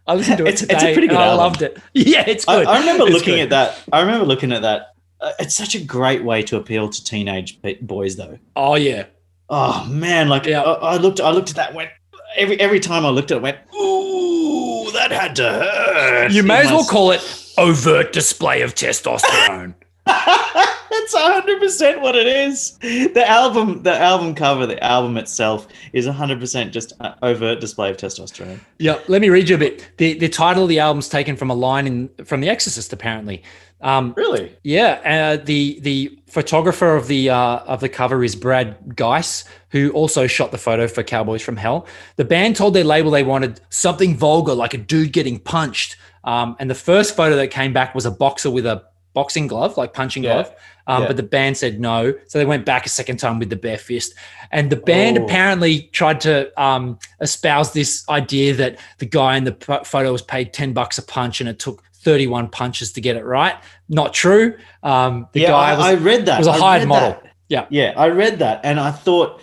[SPEAKER 2] I listened to it
[SPEAKER 3] It's- it's
[SPEAKER 2] today.
[SPEAKER 3] a pretty good
[SPEAKER 2] and I
[SPEAKER 3] album.
[SPEAKER 2] loved it. Yeah, it's
[SPEAKER 3] I,
[SPEAKER 2] good.
[SPEAKER 3] I remember
[SPEAKER 2] It's
[SPEAKER 3] looking
[SPEAKER 2] good.
[SPEAKER 3] at that. I remember looking at that. Uh, It's such a great way to appeal to teenage pe- boys, though.
[SPEAKER 2] Oh yeah.
[SPEAKER 3] Oh man, like
[SPEAKER 2] Yeah.
[SPEAKER 3] I, I looked, I looked at that. and Went every every time I looked at it, I went, ooh, that had to hurt.
[SPEAKER 2] You
[SPEAKER 3] in
[SPEAKER 2] may as
[SPEAKER 3] my
[SPEAKER 2] well call it overt display of testosterone.
[SPEAKER 3] That's hundred percent what it is. The album, the album cover, the album itself is hundred percent just an overt display of testosterone.
[SPEAKER 2] Yeah, let me read you a bit. The the title of the album's taken from a line in from The Exorcist, apparently. Um,
[SPEAKER 3] Really?
[SPEAKER 2] yeah, uh, the the photographer of the uh, of the cover is Brad Geiss, who also shot the photo for Cowboys from Hell. The band told their label they wanted something vulgar, like a dude getting punched. Um, and the first photo that came back was a boxer with a boxing glove, like punching
[SPEAKER 3] Yeah.
[SPEAKER 2] glove. Um,
[SPEAKER 3] Yeah.
[SPEAKER 2] But the band said no, so they went back a second time with the bare fist. And the band
[SPEAKER 3] Oh.
[SPEAKER 2] apparently tried to um, espouse this idea that the guy in the p- photo was paid ten bucks a punch, and it took thirty-one punches to get it right. Not true. Um, the
[SPEAKER 3] yeah,
[SPEAKER 2] guy
[SPEAKER 3] I,
[SPEAKER 2] was
[SPEAKER 3] I read that.
[SPEAKER 2] was a
[SPEAKER 3] I
[SPEAKER 2] hired
[SPEAKER 3] read
[SPEAKER 2] model.
[SPEAKER 3] that.
[SPEAKER 2] Yeah.
[SPEAKER 3] yeah, I read that, and I thought,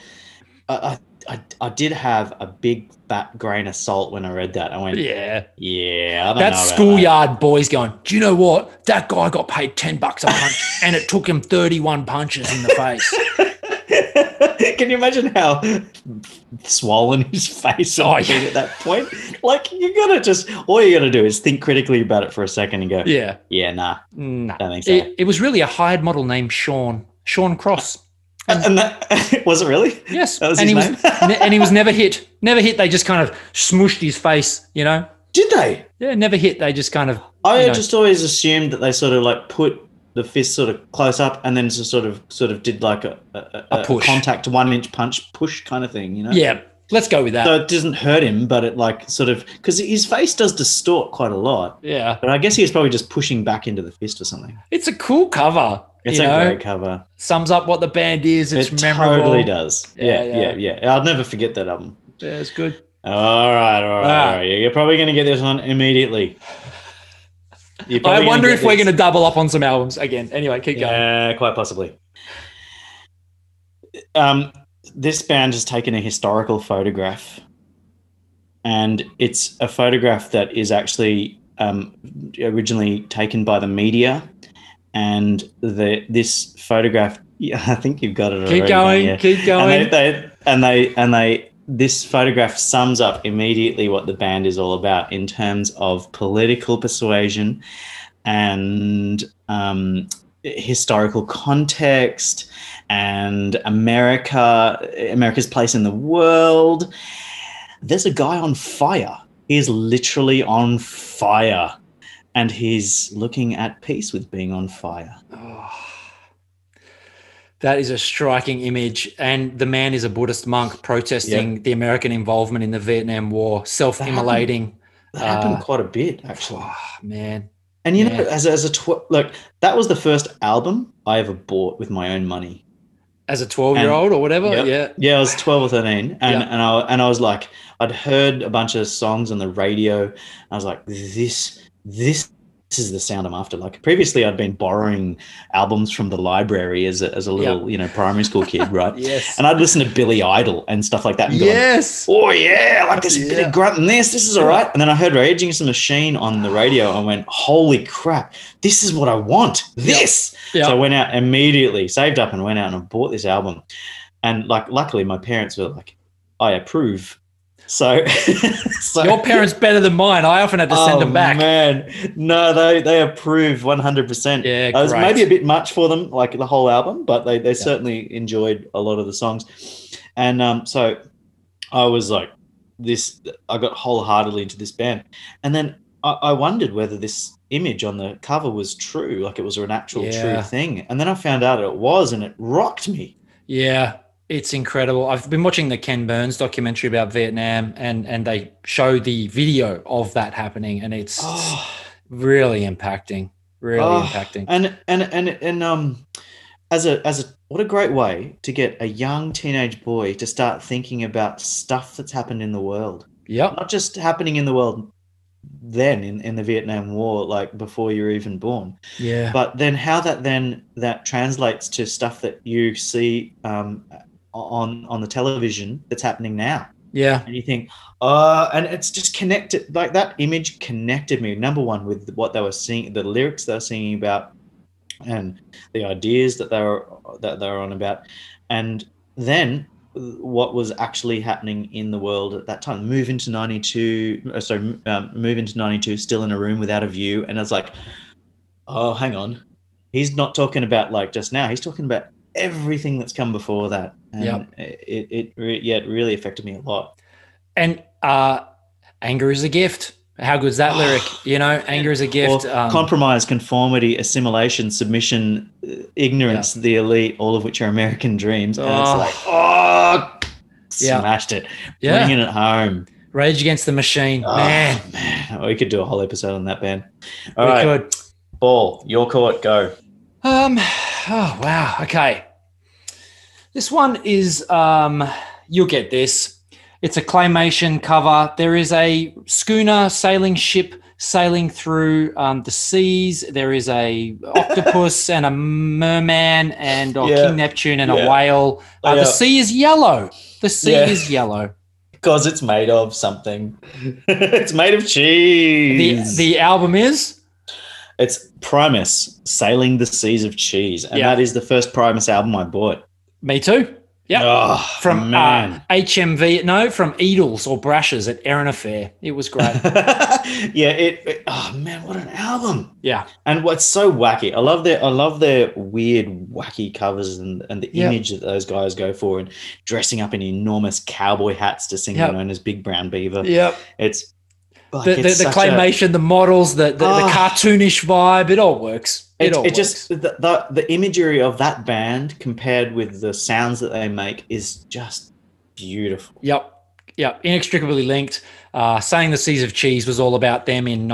[SPEAKER 3] I, I, I, I did have a big fat grain of salt when I read that. I went, yeah,
[SPEAKER 2] yeah,
[SPEAKER 3] I don't
[SPEAKER 2] that
[SPEAKER 3] know about
[SPEAKER 2] schoolyard boy's going. Do you know what? That guy got paid ten bucks a punch, and it took him thirty-one punches in the face.
[SPEAKER 3] that." Can you imagine how swollen his face
[SPEAKER 2] Oh,
[SPEAKER 3] oh,
[SPEAKER 2] yeah.
[SPEAKER 3] at that point? Like you gotta just all you gotta do is think critically about it for a second and go, yeah,
[SPEAKER 2] yeah,
[SPEAKER 3] nah,
[SPEAKER 2] nah.
[SPEAKER 3] don't think so.
[SPEAKER 2] It, it was really a hired model named Sean Sean Cross.
[SPEAKER 3] and, that was it really?
[SPEAKER 2] Yes,
[SPEAKER 3] That was
[SPEAKER 2] and
[SPEAKER 3] his
[SPEAKER 2] he
[SPEAKER 3] name?
[SPEAKER 2] was ne- and he was never hit. Never hit. They just kind of smooshed his face. You know.
[SPEAKER 3] Did they?
[SPEAKER 2] Yeah, never hit. They just kind of
[SPEAKER 3] I
[SPEAKER 2] You know.
[SPEAKER 3] just always assumed that they sort of like put the fist sort of close up and then just sort of sort of did like a, a,
[SPEAKER 2] A push.
[SPEAKER 3] contact one inch punch push kind of thing, you know?
[SPEAKER 2] yeah. Let's go with that.
[SPEAKER 3] So it doesn't hurt him, but it like sort of because his face does distort quite a lot.
[SPEAKER 2] yeah,
[SPEAKER 3] But I guess he was probably just pushing back into the fist or something.
[SPEAKER 2] it's a cool cover.
[SPEAKER 3] It's
[SPEAKER 2] you
[SPEAKER 3] a
[SPEAKER 2] know,
[SPEAKER 3] great cover.
[SPEAKER 2] sums up what the band is. It's
[SPEAKER 3] it
[SPEAKER 2] memorable.
[SPEAKER 3] totally does. Yeah
[SPEAKER 2] Yeah, yeah.
[SPEAKER 3] yeah, yeah, I'll never forget that album.
[SPEAKER 2] Yeah, it's good.
[SPEAKER 3] All right, all right,
[SPEAKER 2] Ah.
[SPEAKER 3] all right. You're probably going to get this one immediately. You're probably
[SPEAKER 2] I
[SPEAKER 3] gonna
[SPEAKER 2] wonder
[SPEAKER 3] get
[SPEAKER 2] if we're
[SPEAKER 3] this.
[SPEAKER 2] going to double up on some albums again. Anyway, keep going.
[SPEAKER 3] Yeah, quite possibly. Um, this band has taken a historical photograph, and it's a photograph that is actually um, originally taken by the media, and the this photograph. Yeah, I think you've got it. already,
[SPEAKER 2] Keep
[SPEAKER 3] don't
[SPEAKER 2] going.
[SPEAKER 3] you?
[SPEAKER 2] Keep
[SPEAKER 3] And they,
[SPEAKER 2] going.
[SPEAKER 3] they and they and they this photograph sums up immediately what the band is all about in terms of political persuasion and um, historical context and America America's place in the world. There's a guy on fire. He is literally on fire. And he's looking at peace with being on fire.
[SPEAKER 2] Oh. that is a striking image. And the man is a Buddhist monk protesting the American involvement in the Vietnam War, self-immolating.
[SPEAKER 3] That happened
[SPEAKER 2] Ah.
[SPEAKER 3] quite a bit, actually.
[SPEAKER 2] Oh, man.
[SPEAKER 3] And you
[SPEAKER 2] Yeah.
[SPEAKER 3] know, as as a tw- look, that was the first album I ever bought with my own money.
[SPEAKER 2] As a 12 year old or whatever.
[SPEAKER 3] Yep.
[SPEAKER 2] Yeah.
[SPEAKER 3] Yeah, I was twelve or thirteen, and
[SPEAKER 2] Yeah.
[SPEAKER 3] and I and I was like, I'd heard a bunch of songs on the radio. And I was like, this this. This is the sound I'm after. Like previously, I'd been borrowing albums from the library as a, as a little, you know, primary school kid, right?
[SPEAKER 2] Yes.
[SPEAKER 3] And I'd listen to Billy Idol and stuff like that. And going,
[SPEAKER 2] Yes.
[SPEAKER 3] oh yeah, I like this bit
[SPEAKER 2] Yeah.
[SPEAKER 3] of grunt and this, this is all right. And then I heard Rage Against the Machine on the radio and went, holy crap, this is what I want. This.
[SPEAKER 2] Yeah.
[SPEAKER 3] So I went out immediately, saved up and went out and I bought this album. And like, luckily my parents were like, I approve. So, so
[SPEAKER 2] Your parents better than mine. I often had to send
[SPEAKER 3] Oh,
[SPEAKER 2] them back.
[SPEAKER 3] Man, no, they they approve one hundred percent.
[SPEAKER 2] Yeah,
[SPEAKER 3] it was
[SPEAKER 2] great.
[SPEAKER 3] maybe a bit much for them, like the whole album, but they they certainly enjoyed a lot of the songs, and um, so I was like, this I got wholeheartedly into this band, and then I, I wondered whether this image on the cover was true, like it was an actual
[SPEAKER 2] Yeah.
[SPEAKER 3] true thing, and then I found out it was, and it rocked me.
[SPEAKER 2] Yeah, it's incredible. I've been watching the Ken Burns documentary about Vietnam, and and they show the video of that happening, and it's
[SPEAKER 3] Oh.
[SPEAKER 2] really impacting. Really
[SPEAKER 3] Oh,
[SPEAKER 2] impacting.
[SPEAKER 3] and and and and um as a as a what a great way to get a young teenage boy to start thinking about stuff that's happened in the world
[SPEAKER 2] Yep.
[SPEAKER 3] not just happening in the world then in, in the Vietnam War, like before you were even born,
[SPEAKER 2] Yeah.
[SPEAKER 3] but then how that then that translates to stuff that you see um, on on the television that's happening now,
[SPEAKER 2] Yeah.
[SPEAKER 3] and you think, uh, and it's just connected. Like that image connected me. Number one with what they were singing, the lyrics they were singing about, and the ideas that they were that they were on about, and then uh, what was actually happening in the world at that time. Move into ninety two, so um, move into ninety two, still in a room without a view, and it's like, oh, hang on, he's not talking about like just now. He's talking about everything that's come before that, and
[SPEAKER 2] Yep.
[SPEAKER 3] it it re- yeah, it really affected me a lot.
[SPEAKER 2] And uh, anger is a gift. How good's that lyric? You know, anger is a gift.
[SPEAKER 3] Or
[SPEAKER 2] Um,
[SPEAKER 3] compromise, conformity, assimilation, submission, uh, ignorance, the elite, all of which are American dreams. And
[SPEAKER 2] Oh.
[SPEAKER 3] it's like, oh,
[SPEAKER 2] Yeah.
[SPEAKER 3] smashed it.
[SPEAKER 2] yeah.
[SPEAKER 3] Bringing it home.
[SPEAKER 2] Rage Against the Machine. Man.
[SPEAKER 3] Oh, man. We could do a whole episode on that band. All
[SPEAKER 2] we
[SPEAKER 3] right,
[SPEAKER 2] could.
[SPEAKER 3] Ball, your court, go.
[SPEAKER 2] Um. Oh wow. Okay. This one is. Um. You'll get this. It's a claymation cover. There is a schooner sailing ship sailing through um, the seas. There is a octopus and a merman and or
[SPEAKER 3] Yeah.
[SPEAKER 2] King Neptune and
[SPEAKER 3] Yeah.
[SPEAKER 2] a whale. Uh, The
[SPEAKER 3] Yeah.
[SPEAKER 2] sea is yellow. The sea
[SPEAKER 3] Yeah.
[SPEAKER 2] is yellow.
[SPEAKER 3] Because it's made of something. it's made of
[SPEAKER 2] The
[SPEAKER 3] cheese.
[SPEAKER 2] the album is
[SPEAKER 3] it's Primus, Sailing the Seas of Cheese. And
[SPEAKER 2] Yeah.
[SPEAKER 3] that is the first Primus album I bought.
[SPEAKER 2] me too. Yep.
[SPEAKER 3] Oh,
[SPEAKER 2] From
[SPEAKER 3] man.
[SPEAKER 2] uh, HMV, no, from Edels or Brashes at Erin Affair. It was great.
[SPEAKER 3] yeah, it, it- Oh man, what an album!
[SPEAKER 2] Yeah.
[SPEAKER 3] and what's so wacky? I love their I love their weird wacky covers and and the
[SPEAKER 2] Yeah.
[SPEAKER 3] image that those guys go for and dressing up in enormous cowboy hats to sing
[SPEAKER 2] Yep.
[SPEAKER 3] known as Big Brown Beaver.
[SPEAKER 2] yep.
[SPEAKER 3] It's like,
[SPEAKER 2] the, the,
[SPEAKER 3] it's
[SPEAKER 2] the
[SPEAKER 3] such a-
[SPEAKER 2] claymation, the models, the, the, the
[SPEAKER 3] Ah.
[SPEAKER 2] cartoonish vibe, it all works. It,
[SPEAKER 3] It, it
[SPEAKER 2] all works.
[SPEAKER 3] just the, the the imagery of that band compared with the sounds that they make is just beautiful.
[SPEAKER 2] Yep. Yep. Inextricably linked. Uh, Saying the Seas of Cheese was all about them in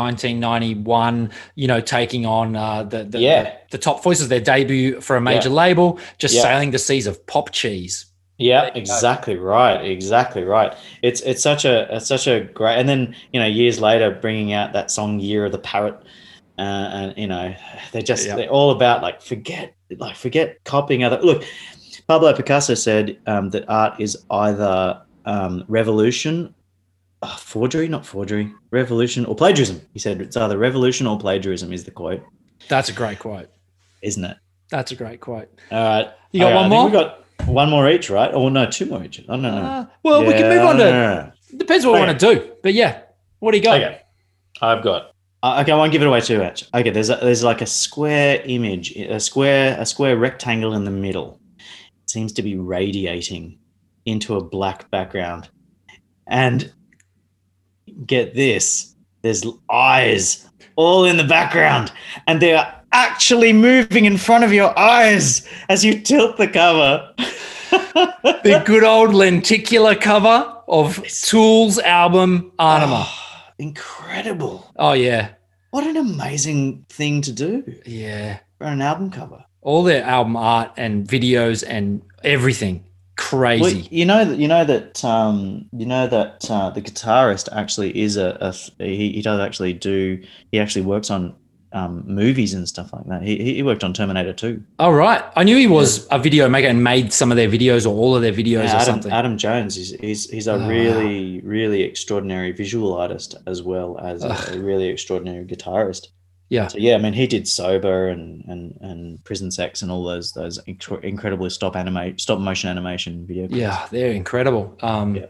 [SPEAKER 2] 1991, you know, taking on uh, the, the,
[SPEAKER 3] Yeah.
[SPEAKER 2] the, top voices, their debut for a major label, just
[SPEAKER 3] Yeah.
[SPEAKER 2] sailing the seas of pop cheese.
[SPEAKER 3] Yeah,
[SPEAKER 2] There you go.
[SPEAKER 3] exactly right. Exactly right. It's it's such a it's such a great, and then you know years later bringing out that song "Year of the Parrot," uh, and you know they're just
[SPEAKER 2] Yeah.
[SPEAKER 3] they're all about like forget like forget copying other. Look, Pablo Picasso said um, that art is either um, revolution, uh, forgery, not forgery, revolution or plagiarism. He said it's either revolution or plagiarism is the quote,
[SPEAKER 2] That's a great quote.
[SPEAKER 3] isn't it?
[SPEAKER 2] That's a great quote.
[SPEAKER 3] All right,
[SPEAKER 2] You got
[SPEAKER 3] All right, I
[SPEAKER 2] one
[SPEAKER 3] think
[SPEAKER 2] more?
[SPEAKER 3] We got one more each, right? Or no, two more each. I don't know.
[SPEAKER 2] Uh, well, we can move on to, depends what we
[SPEAKER 3] Okay.
[SPEAKER 2] want to do. But yeah, what do you got?
[SPEAKER 3] Okay, I've got. Uh, okay, I won't give it away too much. Okay, there's a, there's like a square image, a square a square rectangle in the middle. It seems to be radiating into a black background, and get this, there's l- eyes all in the background, and they are actually moving in front of your eyes as you tilt the cover.
[SPEAKER 2] The good old lenticular cover of Tool's album Anima.
[SPEAKER 3] Oh, incredible!
[SPEAKER 2] Oh yeah,
[SPEAKER 3] What an amazing thing to do.
[SPEAKER 2] yeah.
[SPEAKER 3] for an album cover.
[SPEAKER 2] All their album art and videos and everything crazy.
[SPEAKER 3] Well, you know that you know that um, you know that uh, the guitarist actually is a, a he, he does actually do he actually works on um, movies and stuff like that. He, he worked on Terminator Two.
[SPEAKER 2] All right, I knew he was a video maker and made some of their videos or all of their videos or
[SPEAKER 3] Adam,
[SPEAKER 2] something.
[SPEAKER 3] Adam Jones is he's, he's a
[SPEAKER 2] Oh, wow.
[SPEAKER 3] really really extraordinary visual artist as well as a,
[SPEAKER 2] Ugh.
[SPEAKER 3] a really extraordinary guitarist.
[SPEAKER 2] Yeah.
[SPEAKER 3] So yeah, I mean he did Sober and and and Prison Sex and all those those incre- incredible stop anima- stop motion animation video. clips.
[SPEAKER 2] Yeah, they're incredible. Um,
[SPEAKER 3] Yeah.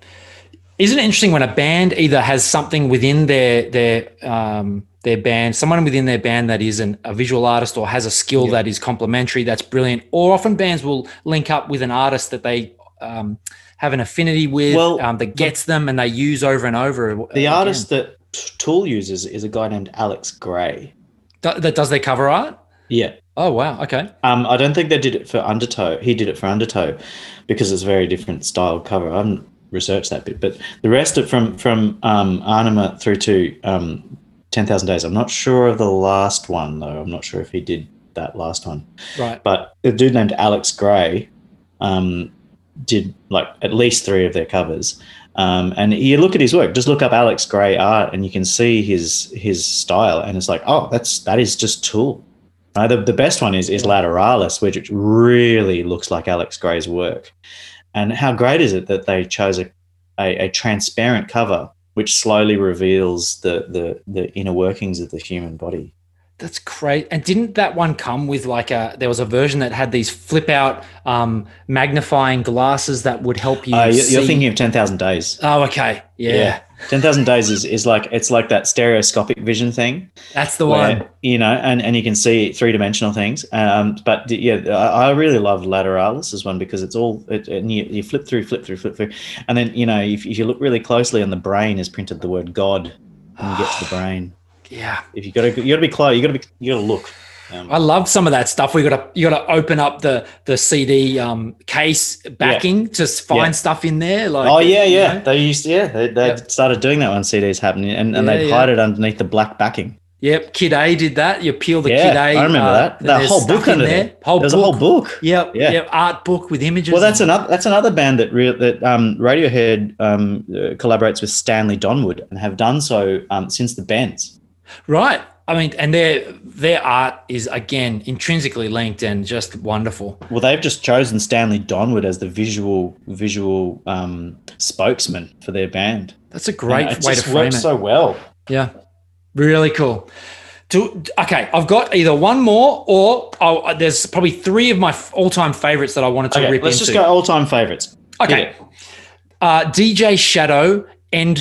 [SPEAKER 2] Isn't it interesting when a band either has something within their their um, their band, someone within their band that is an, a visual artist or has a skill
[SPEAKER 3] Yeah.
[SPEAKER 2] that is complementary, that's brilliant. Or often bands will link up with an artist that they um, have an affinity with,
[SPEAKER 3] Well,
[SPEAKER 2] um, that gets them and they use over and over. uh,
[SPEAKER 3] The
[SPEAKER 2] again.
[SPEAKER 3] artist that Tool uses is a guy named Alex Gray.
[SPEAKER 2] Do- that does their cover art.
[SPEAKER 3] Yeah.
[SPEAKER 2] Oh wow, okay,
[SPEAKER 3] Um, I don't think they did it for Undertow. He did it for Undertow because it's a very different style cover. I haven't researched that bit, but the rest of from from um, Anima through to um, Ten Thousand Days. I'm not sure of the last one though. I'm not sure if he did that last one.
[SPEAKER 2] right,
[SPEAKER 3] But a dude named Alex Gray um, did like at least three of their covers. Um, and you look at his work. Just look up Alex Gray art, and you can see his his style. And it's like, oh, that's that is just Tool. Right? The, the best one is is Lateralis, which really looks like Alex Gray's work. And how great is it that they chose a a, a transparent cover which slowly reveals the, the the inner workings of the human body.
[SPEAKER 2] That's great. And didn't that one come with like a? There was a version that had these flip out um, magnifying glasses that would help you.
[SPEAKER 3] Uh, you're,
[SPEAKER 2] see-
[SPEAKER 3] you're thinking of ten thousand days.
[SPEAKER 2] Oh, okay. Yeah,
[SPEAKER 3] ten thousand days is, is like it's like that stereoscopic vision thing,
[SPEAKER 2] that's the
[SPEAKER 3] where,
[SPEAKER 2] one.
[SPEAKER 3] you know, and, and you can see three dimensional things. Um, but d- yeah, I, I really love Lateralis as one because it's all it, and you, you flip through, flip through, flip through, and then you know if, if you look really closely on the brain is printed the word God when you get to the brain.
[SPEAKER 2] Yeah,
[SPEAKER 3] If you got to you got to be close, you got to be you got to look. Um,
[SPEAKER 2] I love some of that stuff. We got to you got to open up the the CD um, case backing to s- find
[SPEAKER 3] Yeah.
[SPEAKER 2] stuff in there. Like
[SPEAKER 3] oh yeah,
[SPEAKER 2] you
[SPEAKER 3] yeah.
[SPEAKER 2] know?
[SPEAKER 3] They used to, yeah. They, they
[SPEAKER 2] Yep.
[SPEAKER 3] started doing that when CDs happened, and, and
[SPEAKER 2] Yeah,
[SPEAKER 3] they'd
[SPEAKER 2] yeah.
[SPEAKER 3] hide it underneath the black backing.
[SPEAKER 2] Yep, Kid A did that. You peel the
[SPEAKER 3] Yeah,
[SPEAKER 2] Kid A.
[SPEAKER 3] I remember that.
[SPEAKER 2] and
[SPEAKER 3] That
[SPEAKER 2] there's
[SPEAKER 3] whole book
[SPEAKER 2] stuff in
[SPEAKER 3] under there.
[SPEAKER 2] Whole
[SPEAKER 3] There's
[SPEAKER 2] book.
[SPEAKER 3] a whole book.
[SPEAKER 2] Yep,
[SPEAKER 3] Yeah.
[SPEAKER 2] yep, art book with images.
[SPEAKER 3] Well, that's
[SPEAKER 2] and-
[SPEAKER 3] another that's another band that real that um, Radiohead um, uh, collaborates with Stanley Donwood and have done so um, since the Bends.
[SPEAKER 2] right. I mean, and their their art is again intrinsically linked and just wonderful.
[SPEAKER 3] Well, they've just chosen Stanley Donwood as the visual visual um, spokesman for their band.
[SPEAKER 2] That's a great
[SPEAKER 3] And it
[SPEAKER 2] way to
[SPEAKER 3] just
[SPEAKER 2] frame
[SPEAKER 3] works
[SPEAKER 2] it.
[SPEAKER 3] so well.
[SPEAKER 2] yeah, really cool. Do, okay, I've got either one more or oh, there's probably three of my all-time favorites that I wanted to
[SPEAKER 3] Okay,
[SPEAKER 2] rip
[SPEAKER 3] let's
[SPEAKER 2] into.
[SPEAKER 3] just go all time favorites.
[SPEAKER 2] okay, uh, DJ Shadow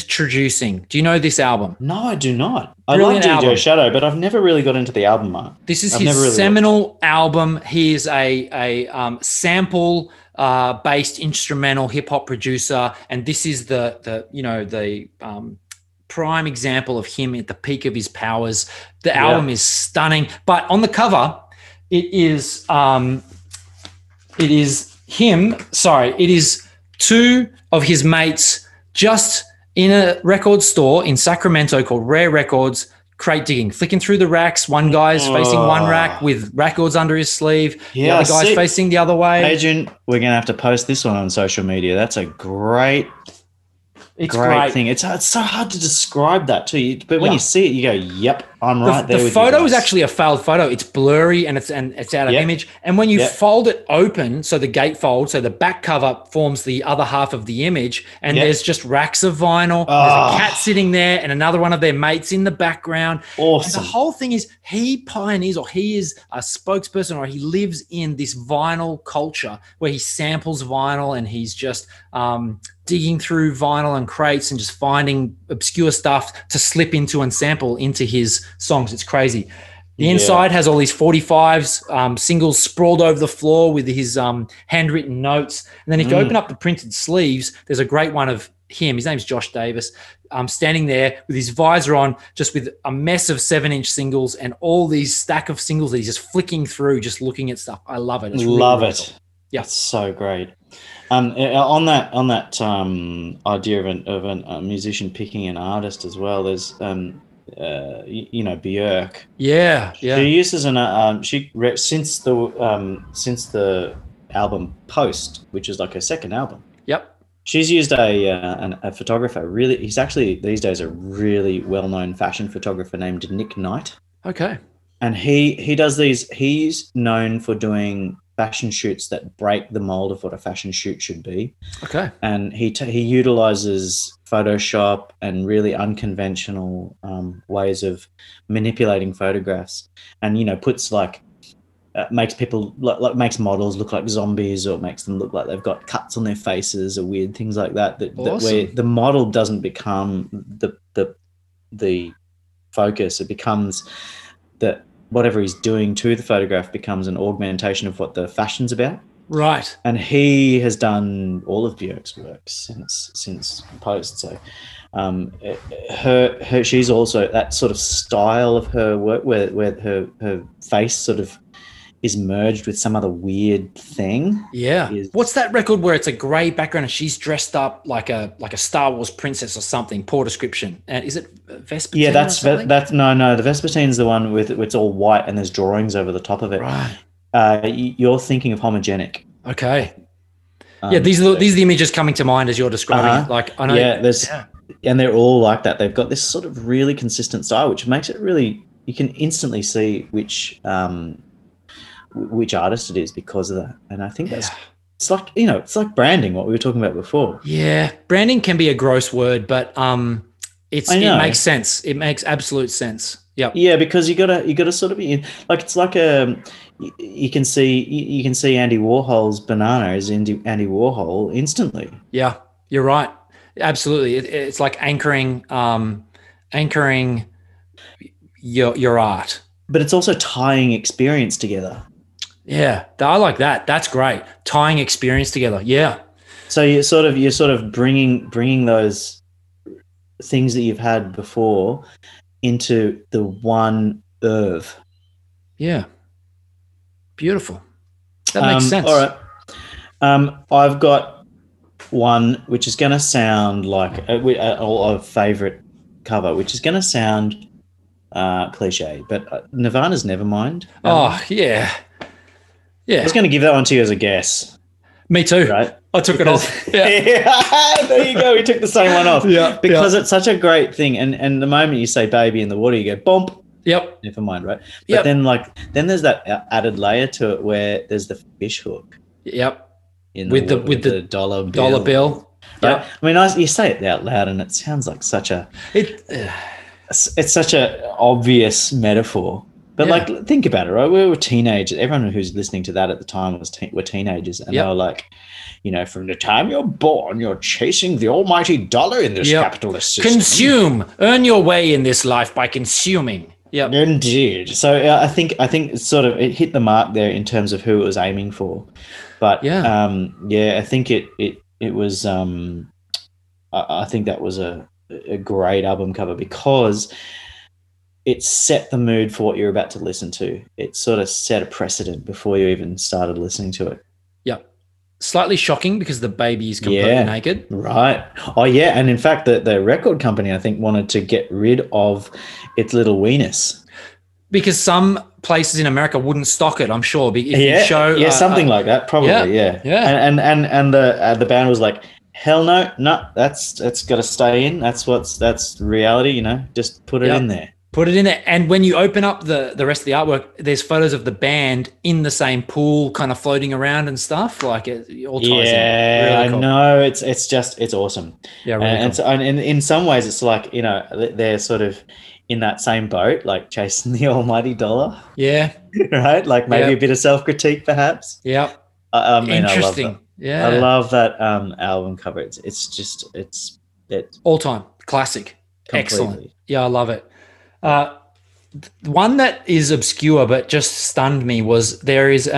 [SPEAKER 2] introducing. Do you know this album?
[SPEAKER 3] No, I do not. I
[SPEAKER 2] Brilliant
[SPEAKER 3] like DJ
[SPEAKER 2] album.
[SPEAKER 3] Shadow, but I've never really got into the album art.
[SPEAKER 2] This is
[SPEAKER 3] I've
[SPEAKER 2] his
[SPEAKER 3] never really
[SPEAKER 2] seminal album. He is a a um, sample uh, based instrumental hip hop producer, and this is the the you know the um, prime example of him at the peak of his powers. The
[SPEAKER 3] Yeah.
[SPEAKER 2] album is stunning, but on the cover, it is um, it is him. Sorry, it is two of his mates just in a record store in Sacramento called Rare Records, crate digging, flicking through the racks. One guy's facing one rack with records under his sleeve.
[SPEAKER 3] Ah. Yeah,
[SPEAKER 2] the other guy's
[SPEAKER 3] sick.
[SPEAKER 2] facing the other way.
[SPEAKER 3] Agent, we're gonna have to post this one on social media. That's a great
[SPEAKER 2] It's
[SPEAKER 3] great,
[SPEAKER 2] great.
[SPEAKER 3] thing. It's it's so hard to describe that too. You- But when
[SPEAKER 2] Yeah.
[SPEAKER 3] you see it, you go, "Yep, I'm
[SPEAKER 2] The,
[SPEAKER 3] right there."
[SPEAKER 2] the
[SPEAKER 3] with you
[SPEAKER 2] photo is
[SPEAKER 3] guys."
[SPEAKER 2] actually a failed photo. It's blurry and it's and it's out of
[SPEAKER 3] Yeah.
[SPEAKER 2] image. And when you
[SPEAKER 3] Yeah.
[SPEAKER 2] fold it open, so the gatefold, so the back cover forms the other half of the image, and
[SPEAKER 3] Yeah.
[SPEAKER 2] there's just racks of vinyl. There's
[SPEAKER 3] Oh.
[SPEAKER 2] a cat sitting there, and another one of their mates in the background. And
[SPEAKER 3] awesome.
[SPEAKER 2] the whole thing is he pioneers or he is a spokesperson or he lives in this vinyl culture where he samples vinyl and he's just um, digging through vinyl and crates and just finding obscure stuff to slip into and sample into his songs. It's crazy. The
[SPEAKER 3] Yeah.
[SPEAKER 2] inside has all these 45s, um, singles sprawled over the floor with his um, handwritten notes. And then if you
[SPEAKER 3] Mm.
[SPEAKER 2] open up the printed sleeves, there's a great one of him. His name's Josh Davis, um, standing there with his visor on, just with a mess of seven inch singles and all these stack of singles that he's just flicking through, just looking at stuff. I love it. It's really,
[SPEAKER 3] Love
[SPEAKER 2] really
[SPEAKER 3] it.
[SPEAKER 2] cool. Yeah.
[SPEAKER 3] it's so great. Um, uh, on that on that um, idea of an of an, a musician picking an artist as well. There's um, uh, y- you know Björk.
[SPEAKER 2] Yeah. Yeah.
[SPEAKER 3] She uses an uh, um, she re- since the um, since the album Post, which is like her second album.
[SPEAKER 2] Yep.
[SPEAKER 3] She's used a, uh, an, a photographer. Really, he's actually these days a really well-known fashion photographer named Nick Knight,
[SPEAKER 2] Okay.
[SPEAKER 3] and he he does these. He's known for doing fashion shoots that break the mold of what a fashion shoot should be,
[SPEAKER 2] Okay.
[SPEAKER 3] and he t- he utilizes Photoshop and really unconventional um, ways of manipulating photographs, and you know puts like. Uh, makes people like, like makes models look like zombies or makes them look like they've got cuts on their faces or weird things like that that, that where
[SPEAKER 2] Awesome.
[SPEAKER 3] the model doesn't become the the the focus it becomes that whatever he's doing to the photograph becomes an augmentation of what the fashion's about
[SPEAKER 2] Right.
[SPEAKER 3] and he has done all of Björk's work since since post. So, um, it- her her she's also that sort of style of her work where where her her face sort of is merged with some other weird thing.
[SPEAKER 2] Yeah.
[SPEAKER 3] is-
[SPEAKER 2] What's that record where it's a grey background and she's dressed up like a like a Star Wars princess or something? Poor description. And is it Vespertine?
[SPEAKER 3] Yeah,
[SPEAKER 2] or
[SPEAKER 3] that's
[SPEAKER 2] something?
[SPEAKER 3] that's no no. The Vespertine's the one with it's all white and there's drawings over the top of it.
[SPEAKER 2] right.
[SPEAKER 3] Uh, y- you're thinking of homogenic.
[SPEAKER 2] Okay.
[SPEAKER 3] Um,
[SPEAKER 2] yeah, these are the, these are the images coming to mind as you're describing it.
[SPEAKER 3] Uh-huh.
[SPEAKER 2] Like I know,
[SPEAKER 3] yeah, there's
[SPEAKER 2] yeah.
[SPEAKER 3] and they're all like that. They've got this sort of really consistent style, which makes it really you can instantly see which um wh- which artist it is because of that. And I think that's
[SPEAKER 2] Yeah.
[SPEAKER 3] it's like you know it's like branding what we were talking about before.
[SPEAKER 2] Yeah, branding can be a gross word, but um, it's
[SPEAKER 3] I
[SPEAKER 2] it
[SPEAKER 3] know.
[SPEAKER 2] makes sense. It makes absolute sense. Yep.
[SPEAKER 3] Yeah, because you gotta you gotta sort of be in, like it's like a you, you can see you, you can see Andy Warhol's banana is Andy, Andy Warhol instantly.
[SPEAKER 2] Yeah, you're right. Absolutely, it, it's like anchoring, um, anchoring your your art.
[SPEAKER 3] But it's also tying experience together.
[SPEAKER 2] Yeah, th- I like that. That's great. Tying experience together. Yeah,
[SPEAKER 3] So you're sort of you're sort of bringing bringing those things that you've had before into the one Irv.
[SPEAKER 2] yeah. Beautiful. That makes
[SPEAKER 3] Um,
[SPEAKER 2] sense.
[SPEAKER 3] All right. Um, I've got one which is going to sound like a, we- a, a, a favorite cover, which is going to sound uh, cliche, but uh, Nirvana's Nevermind. Um,
[SPEAKER 2] Oh yeah,
[SPEAKER 3] I
[SPEAKER 2] yeah.
[SPEAKER 3] was going to give that one to you as a guess,
[SPEAKER 2] Me too.
[SPEAKER 3] right?
[SPEAKER 2] I took it off. Yeah,
[SPEAKER 3] there you go. We took the same one off.
[SPEAKER 2] yeah.
[SPEAKER 3] Because it's such a great thing, and and the moment you say "baby" in the water, you go "bomp."
[SPEAKER 2] yep.
[SPEAKER 3] never mind, right? But
[SPEAKER 2] Yep.
[SPEAKER 3] then, like, then there's that a- added layer to it where there's the fish hook
[SPEAKER 2] Yep.
[SPEAKER 3] in
[SPEAKER 2] With the-
[SPEAKER 3] wa-
[SPEAKER 2] with the
[SPEAKER 3] dollar bill,
[SPEAKER 2] Dollar bill.
[SPEAKER 3] Right?
[SPEAKER 2] Yep.
[SPEAKER 3] I mean, I, you say it out loud, and it sounds like such a
[SPEAKER 2] It.
[SPEAKER 3] it's it's such a obvious metaphor. But
[SPEAKER 2] Yeah.
[SPEAKER 3] like, think about it, right? We were teenagers. Everyone who's listening to that at the time was teen were teenagers, and
[SPEAKER 2] Yep.
[SPEAKER 3] they were like, you know, from the time you're born, you're chasing the almighty dollar in this
[SPEAKER 2] Yep.
[SPEAKER 3] capitalist system.
[SPEAKER 2] Consume. Earn your way in this life by consuming. Yep.
[SPEAKER 3] Indeed. So uh, I think I think it's sort of it hit the mark there in terms of who it was aiming for, but
[SPEAKER 2] Yeah.
[SPEAKER 3] um, yeah, I think it it it was. Um, I, I think that was a a great album cover because it set the mood for what you're about to listen to. It sort of set a precedent before you even started listening to it.
[SPEAKER 2] Yep. Slightly shocking because the baby is completely
[SPEAKER 3] Yeah.
[SPEAKER 2] naked.
[SPEAKER 3] Right. Oh yeah, and in fact, the the record company I think wanted to get rid of its little weenus.
[SPEAKER 2] Because some places in America wouldn't stock it, I'm sure. be- If you show
[SPEAKER 3] yeah,
[SPEAKER 2] uh,
[SPEAKER 3] something
[SPEAKER 2] uh,
[SPEAKER 3] like that, probably,
[SPEAKER 2] yeah,
[SPEAKER 3] yeah, yeah.
[SPEAKER 2] yeah.
[SPEAKER 3] And and and, and the uh, the band was like, hell no, no, that's that's got to stay in. That's what's that's reality, you know. Just put it
[SPEAKER 2] Yeah.
[SPEAKER 3] in there.
[SPEAKER 2] put it in there. And when you open up the the rest of the artwork, there's photos of the band in the same pool, kind of floating around and stuff. Like it, it all ties in.
[SPEAKER 3] Yeah,
[SPEAKER 2] cool.
[SPEAKER 3] I know. It's it's just it's awesome.
[SPEAKER 2] Yeah, really
[SPEAKER 3] and,
[SPEAKER 2] cool.
[SPEAKER 3] and, so, and in, in some ways, it's like you know they're sort of in that same boat, like chasing the almighty dollar,
[SPEAKER 2] yeah,
[SPEAKER 3] right? Like maybe
[SPEAKER 2] Yeah.
[SPEAKER 3] a bit of self critique, perhaps.
[SPEAKER 2] yeah.
[SPEAKER 3] Oh, I, I mean, I love
[SPEAKER 2] Interesting.
[SPEAKER 3] that.
[SPEAKER 2] yeah,
[SPEAKER 3] I love that um, album cover. It's it's just it's it
[SPEAKER 2] all time classic.
[SPEAKER 3] completely.
[SPEAKER 2] Excellent. Yeah, I love it. Uh, th- one that is obscure but just stunned me was there is a,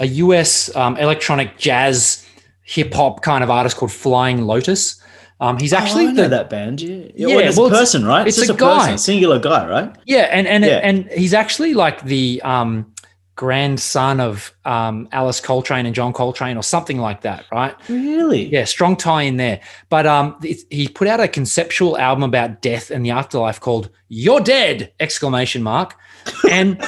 [SPEAKER 2] a, a, a US um, electronic jazz hip hop kind of artist called Flying Lotus. Um, he's actually
[SPEAKER 3] oh, I know
[SPEAKER 2] the,
[SPEAKER 3] that band. Yeah,
[SPEAKER 2] Yeah,
[SPEAKER 3] well, it's
[SPEAKER 2] well,
[SPEAKER 3] a
[SPEAKER 2] it's-
[SPEAKER 3] person, right?
[SPEAKER 2] it's a guy.
[SPEAKER 3] person, singular guy, right?
[SPEAKER 2] yeah, and and
[SPEAKER 3] Yeah.
[SPEAKER 2] and he's actually like the um, grandson of um, Alice Coltrane and John Coltrane or something like that, right?
[SPEAKER 3] Really?
[SPEAKER 2] Yeah, strong tie in there. But um, it's, he put out a conceptual album about death and the afterlife called "You're Dead!" exclamation mark. And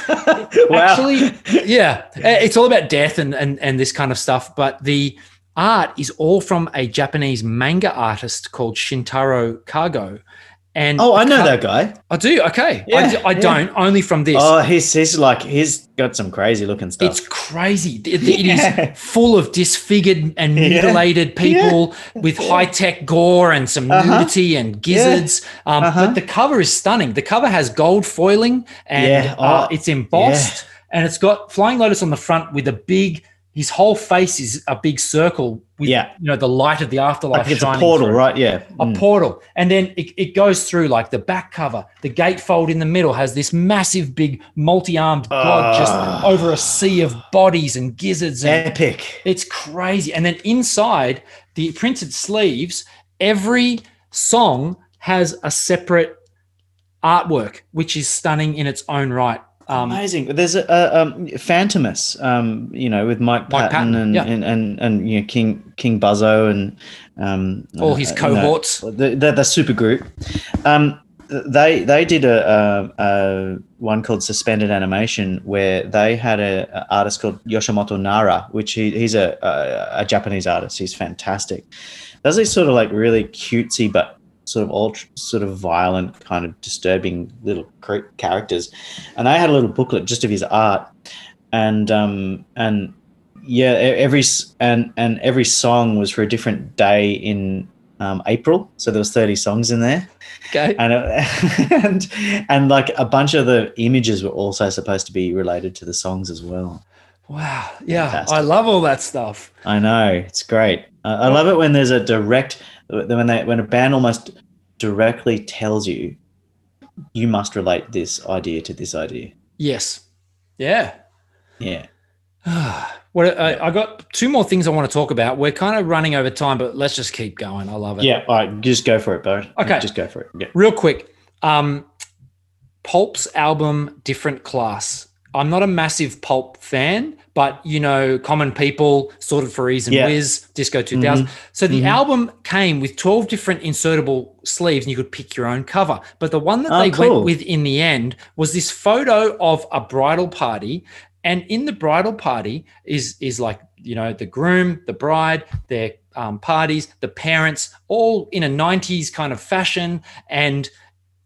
[SPEAKER 2] actually, yeah, uh, it's all about death and, and and this kind of stuff. But the art is all from a Japanese manga artist called Shintaro Kago. And
[SPEAKER 3] oh, I know
[SPEAKER 2] Ka-
[SPEAKER 3] that guy.
[SPEAKER 2] I do. Okay, I,
[SPEAKER 3] Yeah,
[SPEAKER 2] I
[SPEAKER 3] yeah.
[SPEAKER 2] don't only from this.
[SPEAKER 3] Oh, he's he's like he's got some crazy looking stuff.
[SPEAKER 2] It's crazy. It- it is
[SPEAKER 3] Yeah.
[SPEAKER 2] full of disfigured and
[SPEAKER 3] Yeah.
[SPEAKER 2] mutilated people with high tech gore and some
[SPEAKER 3] Uh-huh.
[SPEAKER 2] nudity and gizzards. Um,
[SPEAKER 3] Uh-huh.
[SPEAKER 2] But the cover is stunning. The cover has gold foiling and
[SPEAKER 3] Yeah.
[SPEAKER 2] uh,
[SPEAKER 3] Oh,
[SPEAKER 2] it's embossed and it's got Flying Lotus on the front with a big. His whole face is a big circle with
[SPEAKER 3] Yeah.
[SPEAKER 2] you know the light of the afterlife.
[SPEAKER 3] like it's a
[SPEAKER 2] shining
[SPEAKER 3] portal,
[SPEAKER 2] through
[SPEAKER 3] right? Yeah.
[SPEAKER 2] a
[SPEAKER 3] Mm.
[SPEAKER 2] portal. And then it, it goes through like the back cover, the gatefold in the middle has this massive, big, multi armed god just
[SPEAKER 3] Ah.
[SPEAKER 2] over a sea of bodies and gizzards. And
[SPEAKER 3] Epic.
[SPEAKER 2] It's crazy. And then inside the printed sleeves, every song has a separate artwork, which is stunning in its own right. Um,
[SPEAKER 3] Amazing. There's a, a um, Phantomus, um, you know, with Mike,
[SPEAKER 2] Mike Patton,
[SPEAKER 3] Patton, and,
[SPEAKER 2] yeah.
[SPEAKER 3] and and and you know King King Buzzo and um,
[SPEAKER 2] all his
[SPEAKER 3] uh, you know,
[SPEAKER 2] cohorts.
[SPEAKER 3] the the, the super group. Um, they they did a, um a one called suspended animation where they had a, a artist called Yoshimoto Nara, which he, he's a, a a Japanese artist. He's fantastic. Does these sort of like really cutesy but sort of all sort of violent kind of disturbing little cr- characters, and they had a little booklet just of his art, and um and yeah e- every s- and and every song was for a different day in um, April, so there was thirty songs in there
[SPEAKER 2] Okay.
[SPEAKER 3] and uh, and and like a bunch of the images were also supposed to be related to the songs as well.
[SPEAKER 2] Wow. Yeah.
[SPEAKER 3] Fantastic.
[SPEAKER 2] I love all that stuff.
[SPEAKER 3] I know it's great. I, I love it when there's a direct when they when a band almost directly tells you you must relate this idea to this idea.
[SPEAKER 2] Yes. Yeah.
[SPEAKER 3] Yeah,
[SPEAKER 2] Well, uh, I, I got two more things I want to talk about. We're kind of running over time, but let's just keep going. I love it.
[SPEAKER 3] yeah. All right, just go for it, Bo.
[SPEAKER 2] Okay.
[SPEAKER 3] just go for it. Yeah.
[SPEAKER 2] Real quick, um, Pulp's album "Different Class." I'm not a massive Pulp fan, but you know, Common People, Sorted for Ease, and
[SPEAKER 3] Yeah.
[SPEAKER 2] Wiz, Disco 2000. So the
[SPEAKER 3] Mhm.
[SPEAKER 2] album came with 12 different insertable sleeves, and you could pick your own cover. But the one that
[SPEAKER 3] Oh,
[SPEAKER 2] they
[SPEAKER 3] cool.
[SPEAKER 2] went with in the end was this photo of a bridal party, and in the bridal party is is like you know the groom, the bride, their um, parties, the parents, all in a 90s kind of fashion, and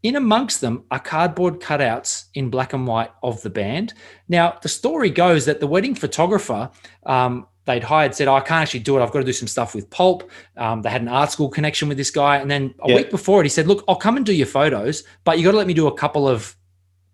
[SPEAKER 2] in amongst them are cardboard cutouts in black and white of the band. Now, the story goes that the wedding photographer um, they'd hired said, oh, I can't actually do it. I've got to do some stuff with Pulp. Um, they had an art school connection with this guy. And then a
[SPEAKER 3] Yeah.
[SPEAKER 2] week before it, he said, Look, I'll come and do your photos, but you got to let me do a couple of